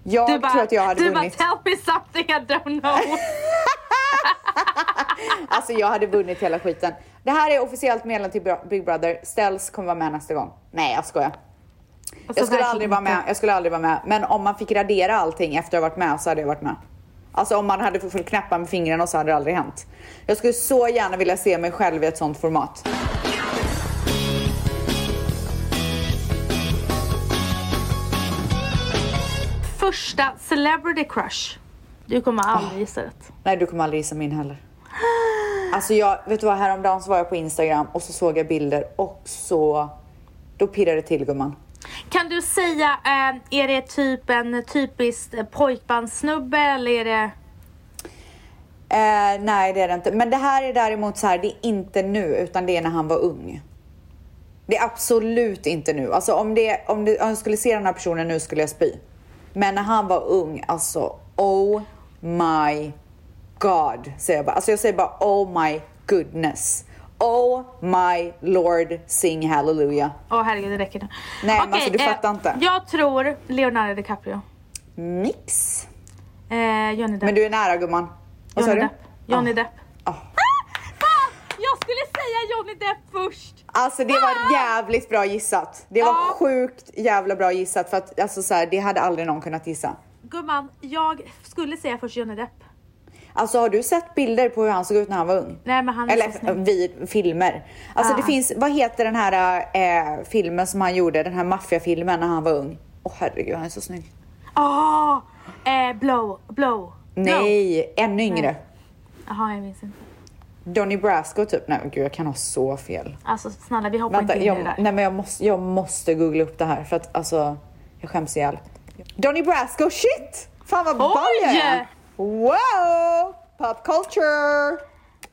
[SPEAKER 2] Jag
[SPEAKER 1] Du
[SPEAKER 2] tror att jag hade
[SPEAKER 1] du
[SPEAKER 2] vunnit.
[SPEAKER 1] bara tell me something I don't know.
[SPEAKER 2] Alltså jag hade vunnit hela skiten. Det här är officiellt medlem till Bra- Big Brother. Ställs kommer vara med nästa gång. Nej jag skojar.
[SPEAKER 1] Alltså,
[SPEAKER 2] Jag skulle,
[SPEAKER 1] verkligen
[SPEAKER 2] aldrig vara
[SPEAKER 1] inte.
[SPEAKER 2] med. jag skulle aldrig vara med. Men om man fick radera allting efter att ha varit med så hade jag varit med. Alltså om man hade fått knäppa med fingrarna så hade det aldrig hänt. Jag skulle så gärna vilja se mig själv i ett sånt format.
[SPEAKER 1] Första celebrity crush. Du kommer aldrig gissa rätt.
[SPEAKER 2] Nej du kommer aldrig gissa min heller. Alltså jag, vet du vad, häromdagen så var jag på Instagram och så såg jag bilder och så, då pirrade det till gumman.
[SPEAKER 1] Kan du säga, eh, är det typ en typisk eh, pojkbandssnubbe eller är det...
[SPEAKER 2] Eh, nej det är det inte. Men det här är däremot så här, det är inte nu utan det är när han var ung. Det är absolut inte nu. Alltså om, det, om, det, om jag skulle se den här personen nu skulle jag spy. Men när han var ung, alltså oh my god säger jag bara. Alltså jag säger bara oh my goodness. Oh my lord sing hallelujah.
[SPEAKER 1] Åh herregud, det räcker nu.
[SPEAKER 2] men
[SPEAKER 1] Okej, eh,
[SPEAKER 2] alltså, du fattar inte.
[SPEAKER 1] Jag tror Leonardo DiCaprio.
[SPEAKER 2] Nix.
[SPEAKER 1] Eh, Johnny Depp.
[SPEAKER 2] Men du är nära gumman. Vad sa
[SPEAKER 1] Johnny
[SPEAKER 2] du?
[SPEAKER 1] Depp. Johnny
[SPEAKER 2] Ah.
[SPEAKER 1] Depp.
[SPEAKER 2] Ah.
[SPEAKER 1] Fan! Jag skulle säga Johnny Depp först.
[SPEAKER 2] Alltså det var
[SPEAKER 1] Ah!
[SPEAKER 2] jävligt bra gissat. Det var
[SPEAKER 1] Ja.
[SPEAKER 2] sjukt jävla bra gissat för att alltså så här, det hade aldrig någon kunnat gissa.
[SPEAKER 1] Gumman, jag skulle säga först Johnny Depp.
[SPEAKER 2] Alltså har du sett bilder på hur han såg ut när han var ung?
[SPEAKER 1] Nej men han är så
[SPEAKER 2] Eller um-
[SPEAKER 1] snygg.
[SPEAKER 2] vi, filmer. Alltså
[SPEAKER 1] Ah.
[SPEAKER 2] det finns, vad heter den här eh, filmen som han gjorde, den här maffiafilmen när han var ung? Åh herregud han är så snygg.
[SPEAKER 1] Åh! eh, blow, blow. Blow.
[SPEAKER 2] Nej, ännu yngre.
[SPEAKER 1] Jaha, jag minns inte.
[SPEAKER 2] Donny Brasco typ. Nej men gud jag kan ha så fel.
[SPEAKER 1] Alltså snälla, vi hoppar
[SPEAKER 2] Vänta,
[SPEAKER 1] inte in
[SPEAKER 2] jag,
[SPEAKER 1] i det där.
[SPEAKER 2] nej, men jag, måste, jag måste googla upp det här för att alltså, jag skäms ihjäl. Donny Brasco, shit! Fan vad ball jag är! Wow! Pop culture!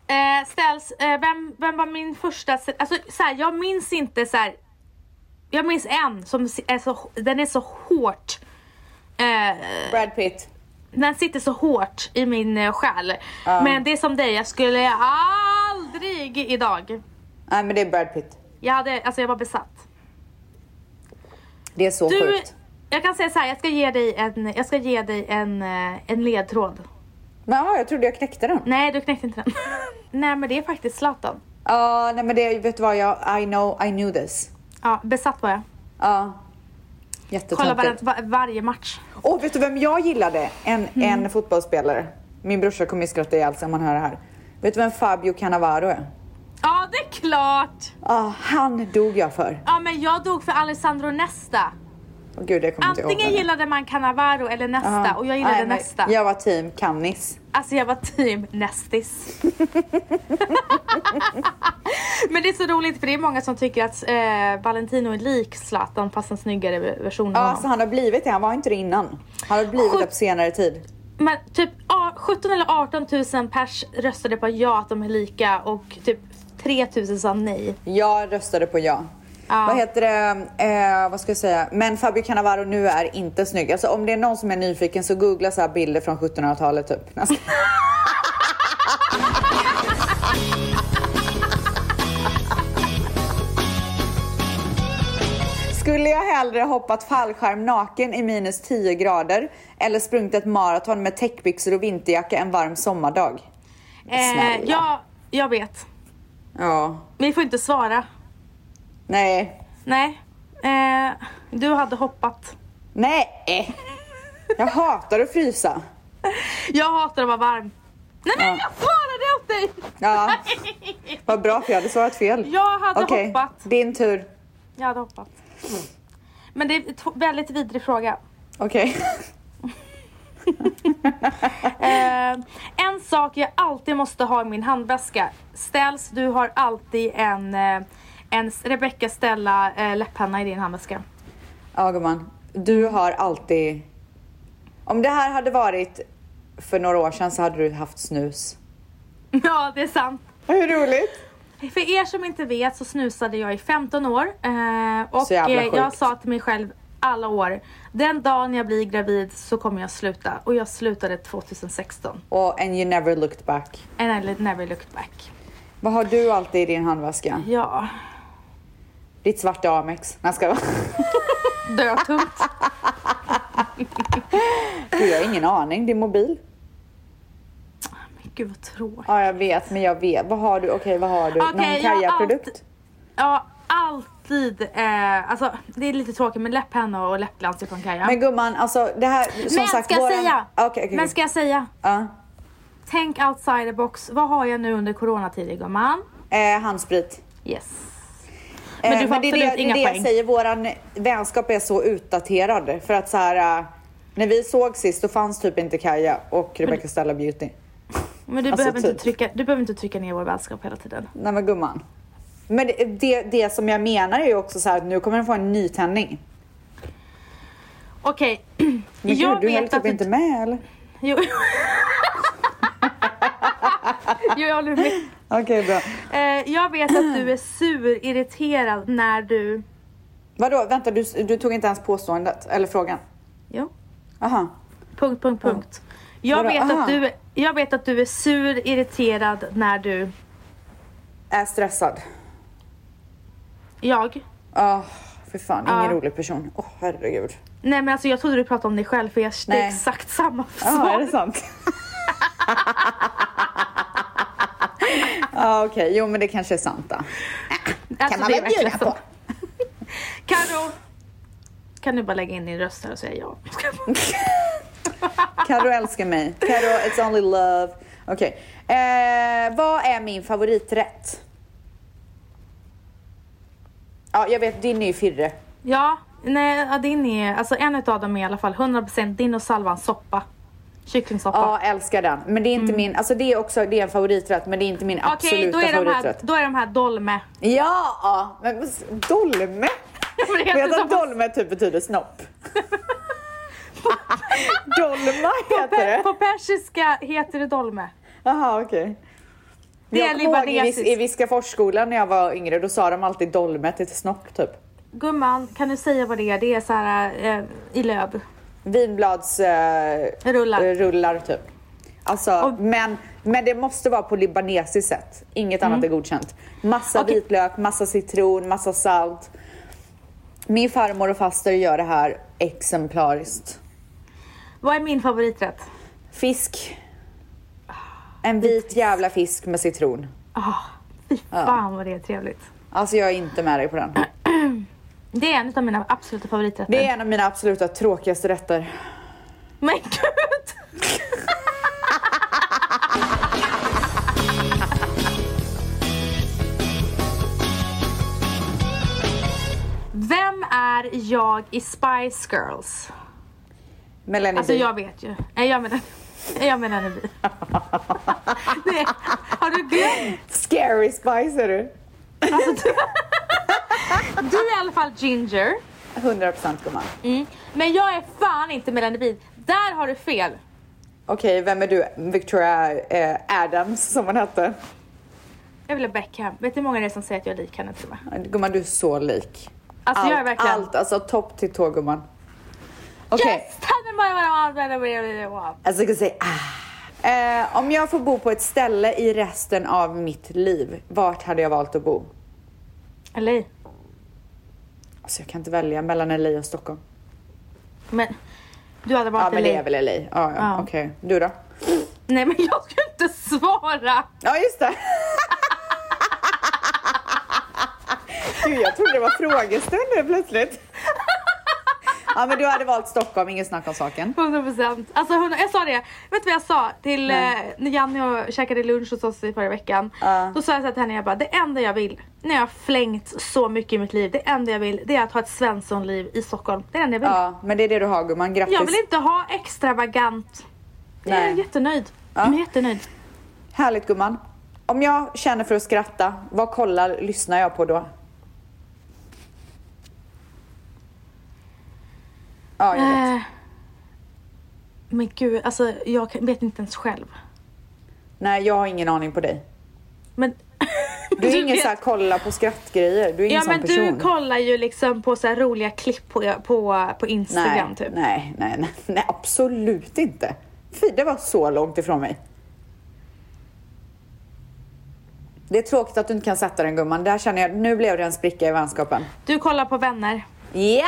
[SPEAKER 1] Eh, ställs, eh, vem, vem var min första... se- Alltså så här, jag minns inte så här. Jag minns en som si- är så, den är så hårt. Eh,
[SPEAKER 2] Brad Pitt.
[SPEAKER 1] den sitter så hårt i min eh, själ. Men det är som dig, jag skulle aldrig idag.
[SPEAKER 2] Nej men det är Brad Pitt.
[SPEAKER 1] Jag hade, alltså jag var besatt.
[SPEAKER 2] Det är så
[SPEAKER 1] Du,
[SPEAKER 2] sjukt.
[SPEAKER 1] jag kan säga så här, jag ska ge dig en, jag ska ge dig en, eh, en ledtråd.
[SPEAKER 2] Men ja, jag trodde jag knäckte den. Ja,
[SPEAKER 1] Nej, du knäckte inte den. Nej, men det är faktiskt Zlatan.
[SPEAKER 2] nej men det, vet du vad jag, I know, I knew this.
[SPEAKER 1] Ja, besatt var jag.
[SPEAKER 2] Ja.
[SPEAKER 1] Kolla
[SPEAKER 2] Jättetöntigt.
[SPEAKER 1] var, varje match.
[SPEAKER 2] Åh, vet du vem jag gillade? En,
[SPEAKER 1] Mm.
[SPEAKER 2] en fotbollsspelare. Min brorsa kommer ju skratta ihjäl sig om han hör det här. Vet du vem Fabio Cannavaro är?
[SPEAKER 1] Ja, det är klart!
[SPEAKER 2] Ja, han dog jag för.
[SPEAKER 1] Ja, men jag dog för Alessandro Nesta.
[SPEAKER 2] Åh, gud, jag kommer inte ihåg
[SPEAKER 1] Antingen
[SPEAKER 2] det.
[SPEAKER 1] gillade man Cannavaro eller Nesta
[SPEAKER 2] Ja.
[SPEAKER 1] och jag gillade
[SPEAKER 2] Nej, men
[SPEAKER 1] Nesta.
[SPEAKER 2] Jag var team Cannis.
[SPEAKER 1] Alltså jag var team Nestis. men det är så roligt för det är många som tycker att eh, Valentino är lik Zlatan fast en snyggare version
[SPEAKER 2] Ja,
[SPEAKER 1] av
[SPEAKER 2] alltså
[SPEAKER 1] honom.
[SPEAKER 2] han har blivit det. Han var inte det innan. Han har blivit
[SPEAKER 1] Sjukt.
[SPEAKER 2] det på senare tid.
[SPEAKER 1] Men typ ah, 17 eller 18 000 pers röstade på ja att de är lika och typ 3 000 sa nej.
[SPEAKER 2] Jag röstade på ja.
[SPEAKER 1] Ja.
[SPEAKER 2] Vad heter det, eh, vad ska jag säga? Men Fabio Cannavaro nu är inte snygg. Alltså om det är någon som är nyfiken så googla så här bilder från 1700-talet typ. Jag ska- Skulle jag hellre hoppat fallskärm naken i minus 10 grader eller sprungit ett maraton med täckbyxor och vinterjacka en varm sommardag?
[SPEAKER 1] Eh,
[SPEAKER 2] Snälla.
[SPEAKER 1] jag, jag vet.
[SPEAKER 2] Ja.
[SPEAKER 1] Vi får inte svara.
[SPEAKER 2] Nej.
[SPEAKER 1] Nej. Eh, du hade hoppat.
[SPEAKER 2] Nej! Jag hatar att frysa.
[SPEAKER 1] Jag hatar att vara varm. Nej men jag svarade åt dig!
[SPEAKER 2] Ja. Vad bra för jag hade svarat fel.
[SPEAKER 1] Jag hade
[SPEAKER 2] Okej,
[SPEAKER 1] hoppat.
[SPEAKER 2] din tur.
[SPEAKER 1] Jag hade hoppat. Men det är en to- väldigt vidrig fråga.
[SPEAKER 2] Okej.
[SPEAKER 1] Eh, en sak jag alltid måste ha i min handväska. Ställs, du har alltid en, eh, en Rebecca Stella eh, läpppenna i din handväska.
[SPEAKER 2] Ja gumman, du har alltid... Om det här hade varit för några år sedan så hade du haft snus.
[SPEAKER 1] Ja, det är sant.
[SPEAKER 2] Hur roligt?
[SPEAKER 1] För er som inte vet så snusade jag i 15 år eh, och
[SPEAKER 2] Så jävla
[SPEAKER 1] eh, jag
[SPEAKER 2] sjukt.
[SPEAKER 1] sa till mig själv alla år, den dagen jag blir gravid så kommer jag sluta. Och jag slutade 2016.
[SPEAKER 2] Och and you never looked back.
[SPEAKER 1] And I never looked back.
[SPEAKER 2] Vad har du alltid i din handväska?
[SPEAKER 1] Ja,
[SPEAKER 2] Ditt svarta Amex. Nej, ska jag
[SPEAKER 1] dötungt.
[SPEAKER 2] Gud, jag har ingen aning. Din mobil?
[SPEAKER 1] Men Gud vad tråkigt.
[SPEAKER 2] Ja, jag vet, men jag vet. Vad har du? Okej, vad har du?
[SPEAKER 1] Okej,
[SPEAKER 2] Någon
[SPEAKER 1] jag har
[SPEAKER 2] Kaja-produkt?
[SPEAKER 1] Ja, alltid. Eh, alltså, det är lite tråkigt men läpppenna och läppglans ifrån Kaja.
[SPEAKER 2] Men gumman, alltså det här... Som
[SPEAKER 1] Men
[SPEAKER 2] sagt,
[SPEAKER 1] ska jag
[SPEAKER 2] våran- Ah,
[SPEAKER 1] säga?
[SPEAKER 2] Okej, okej. okej.
[SPEAKER 1] Men ska jag säga?
[SPEAKER 2] Ja.
[SPEAKER 1] Tänk outside the box. Vad har jag nu under coronatider gumman?
[SPEAKER 2] Eh, handsprit. Eh,
[SPEAKER 1] Yes. Men du får
[SPEAKER 2] det är
[SPEAKER 1] absolut
[SPEAKER 2] det,
[SPEAKER 1] inga
[SPEAKER 2] det är det
[SPEAKER 1] poäng.
[SPEAKER 2] jag säger, våran vänskap är så utdaterad. För att så här, eh, när vi såg sist då fanns typ inte Kaja och Rebecca Stella Beauty.
[SPEAKER 1] Men du,
[SPEAKER 2] Alltså,
[SPEAKER 1] behöver
[SPEAKER 2] typ.
[SPEAKER 1] inte trycka, du behöver inte trycka ner vår vänskap hela tiden.
[SPEAKER 2] Nej men gumman. Men det, det, det som jag menar är ju också så här, att nu kommer den få en nytändning.
[SPEAKER 1] Okej.
[SPEAKER 2] Men
[SPEAKER 1] Jag
[SPEAKER 2] gud, du höll
[SPEAKER 1] vet att
[SPEAKER 2] typ
[SPEAKER 1] du...
[SPEAKER 2] inte med eller?
[SPEAKER 1] Jo. jo, jag håller med.
[SPEAKER 2] Okej, bra.
[SPEAKER 1] Eh, jag vet att du är sur, irriterad när du...
[SPEAKER 2] Vadå, vänta, du, du tog inte ens påståendet, eller frågan?
[SPEAKER 1] Jo.
[SPEAKER 2] Aha.
[SPEAKER 1] Punkt, punkt, punkt. Jag,
[SPEAKER 2] Vadå?
[SPEAKER 1] vet
[SPEAKER 2] Aha.
[SPEAKER 1] att du, jag vet att du är sur, irriterad när du...
[SPEAKER 2] Är stressad.
[SPEAKER 1] Jag?
[SPEAKER 2] Ah, för fan, ingen
[SPEAKER 1] Ja.
[SPEAKER 2] rolig person. Åh, herregud.
[SPEAKER 1] Nej men alltså jag trodde du pratade om dig själv för jag det är
[SPEAKER 2] Nej.
[SPEAKER 1] exakt samma
[SPEAKER 2] Ja,
[SPEAKER 1] svar.
[SPEAKER 2] är det sant? Ja, okej. Jo, men det kanske är sant då.
[SPEAKER 1] Alltså, det är verkligen så.
[SPEAKER 2] på.
[SPEAKER 1] Karo! Kan du bara lägga in din röst här och säga ja?
[SPEAKER 2] Karo älskar mig. Karo, it's only love. Okej. Eh, vad är min favoriträtt? Ja, jag vet. Din är ju firre.
[SPEAKER 1] Ja, nej, ja, din är, alltså en utav dem är i alla fall 100% din och Salvans soppa. Kycklingsoppa.
[SPEAKER 2] Ja, älskar den. Men det är inte min, alltså det är också, det är en favoriträtt, men det är inte min
[SPEAKER 1] Mm. Okej,
[SPEAKER 2] absoluta
[SPEAKER 1] då, är de här-
[SPEAKER 2] favoriträtt.
[SPEAKER 1] då är de här dolme.
[SPEAKER 2] Ja, men dolme?
[SPEAKER 1] Men det heter
[SPEAKER 2] Vet du
[SPEAKER 1] så
[SPEAKER 2] att
[SPEAKER 1] på-
[SPEAKER 2] dolme typ betyder snopp? Dolma heter det.
[SPEAKER 1] På persiska heter det dolme.
[SPEAKER 2] Jaha, okej.
[SPEAKER 1] Det är
[SPEAKER 2] jag kommer ihåg i, Vis-
[SPEAKER 1] libanesiskt.
[SPEAKER 2] i Viskaforsskolan när jag var yngre, då sa de alltid dolme till snopp typ.
[SPEAKER 1] Gumman, kan du säga vad det är? Det är så här eh, i löv.
[SPEAKER 2] Vinblads... eh,
[SPEAKER 1] Rullar.
[SPEAKER 2] eh, rullar typ. Alltså,
[SPEAKER 1] Och-
[SPEAKER 2] men, men det måste vara på libanesiskt sätt. Inget annat är godkänt. Massa
[SPEAKER 1] Mm. Okej.
[SPEAKER 2] vitlök, massa citron, massa salt. Min farmor och faster gör det här exemplariskt.
[SPEAKER 1] Vad är min favoriträtt?
[SPEAKER 2] Fisk. En vit jävla fisk med citron.
[SPEAKER 1] Ah, fy fan vad det är trevligt.
[SPEAKER 2] Alltså jag är inte med dig på den.
[SPEAKER 1] Det är en utav mina absoluta favoriträtter.
[SPEAKER 2] Det är en av mina absoluta tråkigaste rätter.
[SPEAKER 1] Men gud! Vem är jag i Spice Girls?
[SPEAKER 2] Melanie
[SPEAKER 1] Alltså
[SPEAKER 2] B.
[SPEAKER 1] jag vet ju. Nej jag menar, nej, jag menar Nevi. Nej, har du glömt?
[SPEAKER 2] Scary Spice är du.
[SPEAKER 1] Du är i alla fall Ginger.
[SPEAKER 2] 100% gumman.
[SPEAKER 1] Mm. Men jag är fan inte Melanie Bean. Där har du fel.
[SPEAKER 2] Okej, vem är du? Victoria eh, Adams som hon hette.
[SPEAKER 1] Jag vill ha Beckham. Vet du hur många det är som säger att jag är lik henne till och med?
[SPEAKER 2] Gumman, du är så lik.
[SPEAKER 1] Alltså jag är verkligen...
[SPEAKER 2] allt, alltså topp till tå gumman. Okej,
[SPEAKER 1] Yes! Tell me what I want, what I really want.
[SPEAKER 2] alltså jag kan säga ah. eh, Om jag får bo på ett ställe i resten av mitt liv, vart hade jag valt att bo?
[SPEAKER 1] LA.
[SPEAKER 2] Alltså jag kan inte välja mellan LA och Stockholm.
[SPEAKER 1] Men du hade
[SPEAKER 2] Ja
[SPEAKER 1] varit
[SPEAKER 2] men det
[SPEAKER 1] LA.
[SPEAKER 2] är väl LA. Ja, ja.
[SPEAKER 1] Ja.
[SPEAKER 2] okej. Du då?
[SPEAKER 1] Nej men jag ska inte svara!
[SPEAKER 2] Ja just det. Gud, jag trodde det var frågestund nu plötsligt. Ja, men du hade valt Stockholm, inget snack om saken.
[SPEAKER 1] 100 procent. Alltså 100, jag sa det, vet du vad jag sa till eh,
[SPEAKER 2] Nej.
[SPEAKER 1] när Janni och käkade lunch hos oss i förra veckan?
[SPEAKER 2] Ja.
[SPEAKER 1] Då sa jag så här till henne, jag bara det enda jag vill, när jag har flängt så mycket i mitt liv, det enda jag vill det är att ha ett svenssonliv i Stockholm. Det är det enda jag vill.
[SPEAKER 2] Ja, men det är det du har gumman, grattis.
[SPEAKER 1] Jag vill inte ha extravagant. Nej. Jag är
[SPEAKER 2] Nej.
[SPEAKER 1] jättenöjd.
[SPEAKER 2] Ja.
[SPEAKER 1] Jag är jättenöjd.
[SPEAKER 2] Härligt gumman. Om jag känner för att skratta, vad kollar, lyssnar jag på då? Ja, jag vet.
[SPEAKER 1] Eh, Men gud, alltså jag kan- vet inte ens själv.
[SPEAKER 2] Nej, jag har ingen aning på dig.
[SPEAKER 1] Men
[SPEAKER 2] Du är ingen
[SPEAKER 1] vet-
[SPEAKER 2] så här kolla på skrattgrejer, du är ingen
[SPEAKER 1] Ja
[SPEAKER 2] sån
[SPEAKER 1] men
[SPEAKER 2] person.
[SPEAKER 1] du kollar ju liksom på så här roliga klipp på, på, på Instagram
[SPEAKER 2] nej,
[SPEAKER 1] typ.
[SPEAKER 2] Nej, nej, nej, nej, absolut inte. Fy, det var så långt ifrån mig. Det är tråkigt att du inte kan sätta den gumman. Där känner jag, nu blev det en spricka i vänskapen.
[SPEAKER 1] Du kollar på vänner.
[SPEAKER 2] Ja!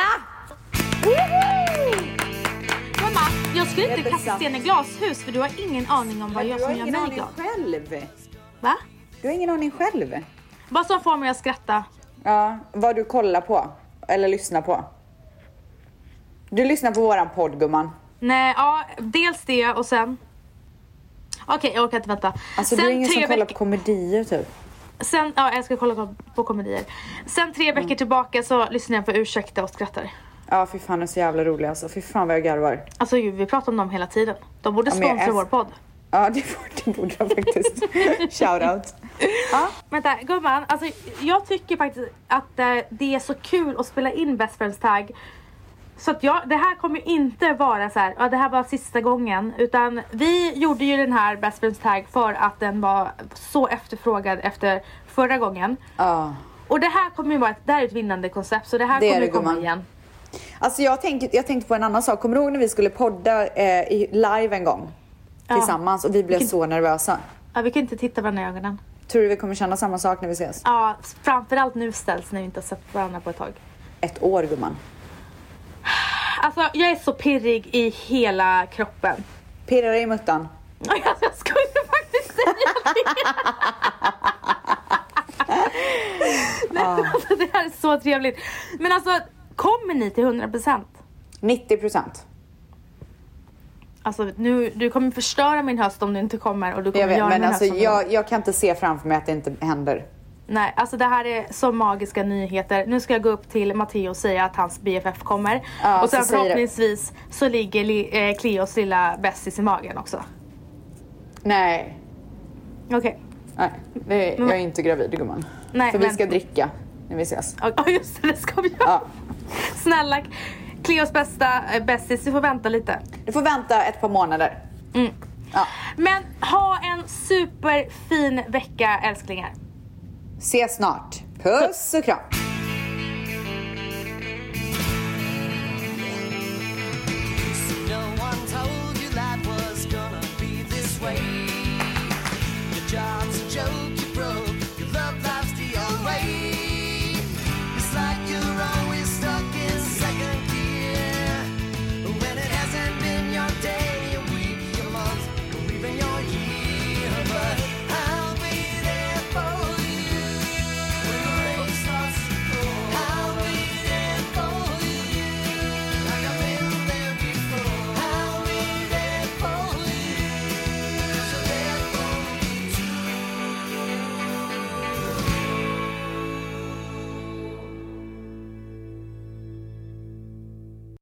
[SPEAKER 1] Mamma, jag skulle
[SPEAKER 2] Det
[SPEAKER 1] inte
[SPEAKER 2] är
[SPEAKER 1] kasta
[SPEAKER 2] besatt.
[SPEAKER 1] sten i glashus för du har ingen aning om vad jag
[SPEAKER 2] Du har
[SPEAKER 1] som gör
[SPEAKER 2] ingen
[SPEAKER 1] mig
[SPEAKER 2] aning
[SPEAKER 1] glad.
[SPEAKER 2] själv.
[SPEAKER 1] Va?
[SPEAKER 2] Du har ingen aning själv.
[SPEAKER 1] Vad som får mig att skratta.
[SPEAKER 2] Ja, vad du kollar på. Eller lyssnar på. Du lyssnar på våran podd gumman.
[SPEAKER 1] Nej, ja, dels det och sen... Okej, jag orkar inte vänta.
[SPEAKER 2] Alltså du är ingen som kollar på komedier typ.
[SPEAKER 1] sen, ja, jag ska kolla på, på komedier. Sen tre
[SPEAKER 2] Mm.
[SPEAKER 1] veckor tillbaka så lyssnar jag på Ursäkta och skrattar.
[SPEAKER 2] Ja, fy fan de är så jävla roliga alltså. Fy fan vad jag garvar.
[SPEAKER 1] Alltså gud, vi pratar om dem hela tiden. De borde
[SPEAKER 2] Ja, men jag
[SPEAKER 1] sponsra vår
[SPEAKER 2] älskar-
[SPEAKER 1] podd.
[SPEAKER 2] Ja, det borde- det borde jag faktiskt. Shoutout. Ja.
[SPEAKER 1] Vänta, gumman. Alltså, jag tycker faktiskt att eh, det är så kul att spela in Best Friends Tag. Så att jag, det här kommer ju inte vara så här, ja det här var sista gången. Utan vi gjorde ju den här Best Friends Tag för att den var så efterfrågad efter förra gången.
[SPEAKER 2] ja.
[SPEAKER 1] Och det här kommer ju vara ett, det här är ett vinnande koncept så det här
[SPEAKER 2] Det är
[SPEAKER 1] kommer
[SPEAKER 2] det,
[SPEAKER 1] ju komma
[SPEAKER 2] gumman.
[SPEAKER 1] igen.
[SPEAKER 2] Alltså jag tänkte, jag tänkte på en annan sak. Kommer du ihåg när vi skulle podda eh, i- live en gång?
[SPEAKER 1] Ja.
[SPEAKER 2] Tillsammans och vi blev så nervösa.
[SPEAKER 1] Ja, vi kan inte titta varandra i ögonen.
[SPEAKER 2] Tror du vi kommer känna samma sak när vi ses?
[SPEAKER 1] Ja, framförallt nu ställs när vi inte har sett varandra på ett tag.
[SPEAKER 2] Ett år gumman.
[SPEAKER 1] Alltså jag är så pirrig i hela kroppen.
[SPEAKER 2] Pirrar i muttan.
[SPEAKER 1] Alltså, jag skulle faktiskt säga
[SPEAKER 2] Ah.
[SPEAKER 1] det. Nej, alltså, det här är så trevligt. Men alltså, kommer ni till 100%?
[SPEAKER 2] 90 procent.
[SPEAKER 1] Alltså, nu, du kommer förstöra min höst om du inte kommer och du kommer
[SPEAKER 2] Jag vet,
[SPEAKER 1] göra
[SPEAKER 2] men
[SPEAKER 1] min
[SPEAKER 2] alltså
[SPEAKER 1] höst om du kommer.
[SPEAKER 2] jag, jag kan inte se framför mig att det inte händer.
[SPEAKER 1] Nej, alltså det här är så magiska nyheter. Nu ska jag gå upp till Matteo och säga att hans BFF kommer.
[SPEAKER 2] Ja,
[SPEAKER 1] och sen
[SPEAKER 2] så säger du.
[SPEAKER 1] förhoppningsvis så ligger Li- eh, Cleos lilla bästis i magen också.
[SPEAKER 2] Nej.
[SPEAKER 1] Okej.
[SPEAKER 2] Nej, det, jag är inte gravid gumman.
[SPEAKER 1] Nej,
[SPEAKER 2] För vi
[SPEAKER 1] men-
[SPEAKER 2] ska dricka när vi ses.
[SPEAKER 1] Ja, just det, det ska vi göra.
[SPEAKER 2] Ja.
[SPEAKER 1] Snälla, Cleos bästa eh, bästis, du får vänta lite.
[SPEAKER 2] Du får vänta ett par månader.
[SPEAKER 1] Mm.
[SPEAKER 2] Ja.
[SPEAKER 1] Men ha en superfin vecka älsklingar.
[SPEAKER 2] Ses snart. Puss och kram.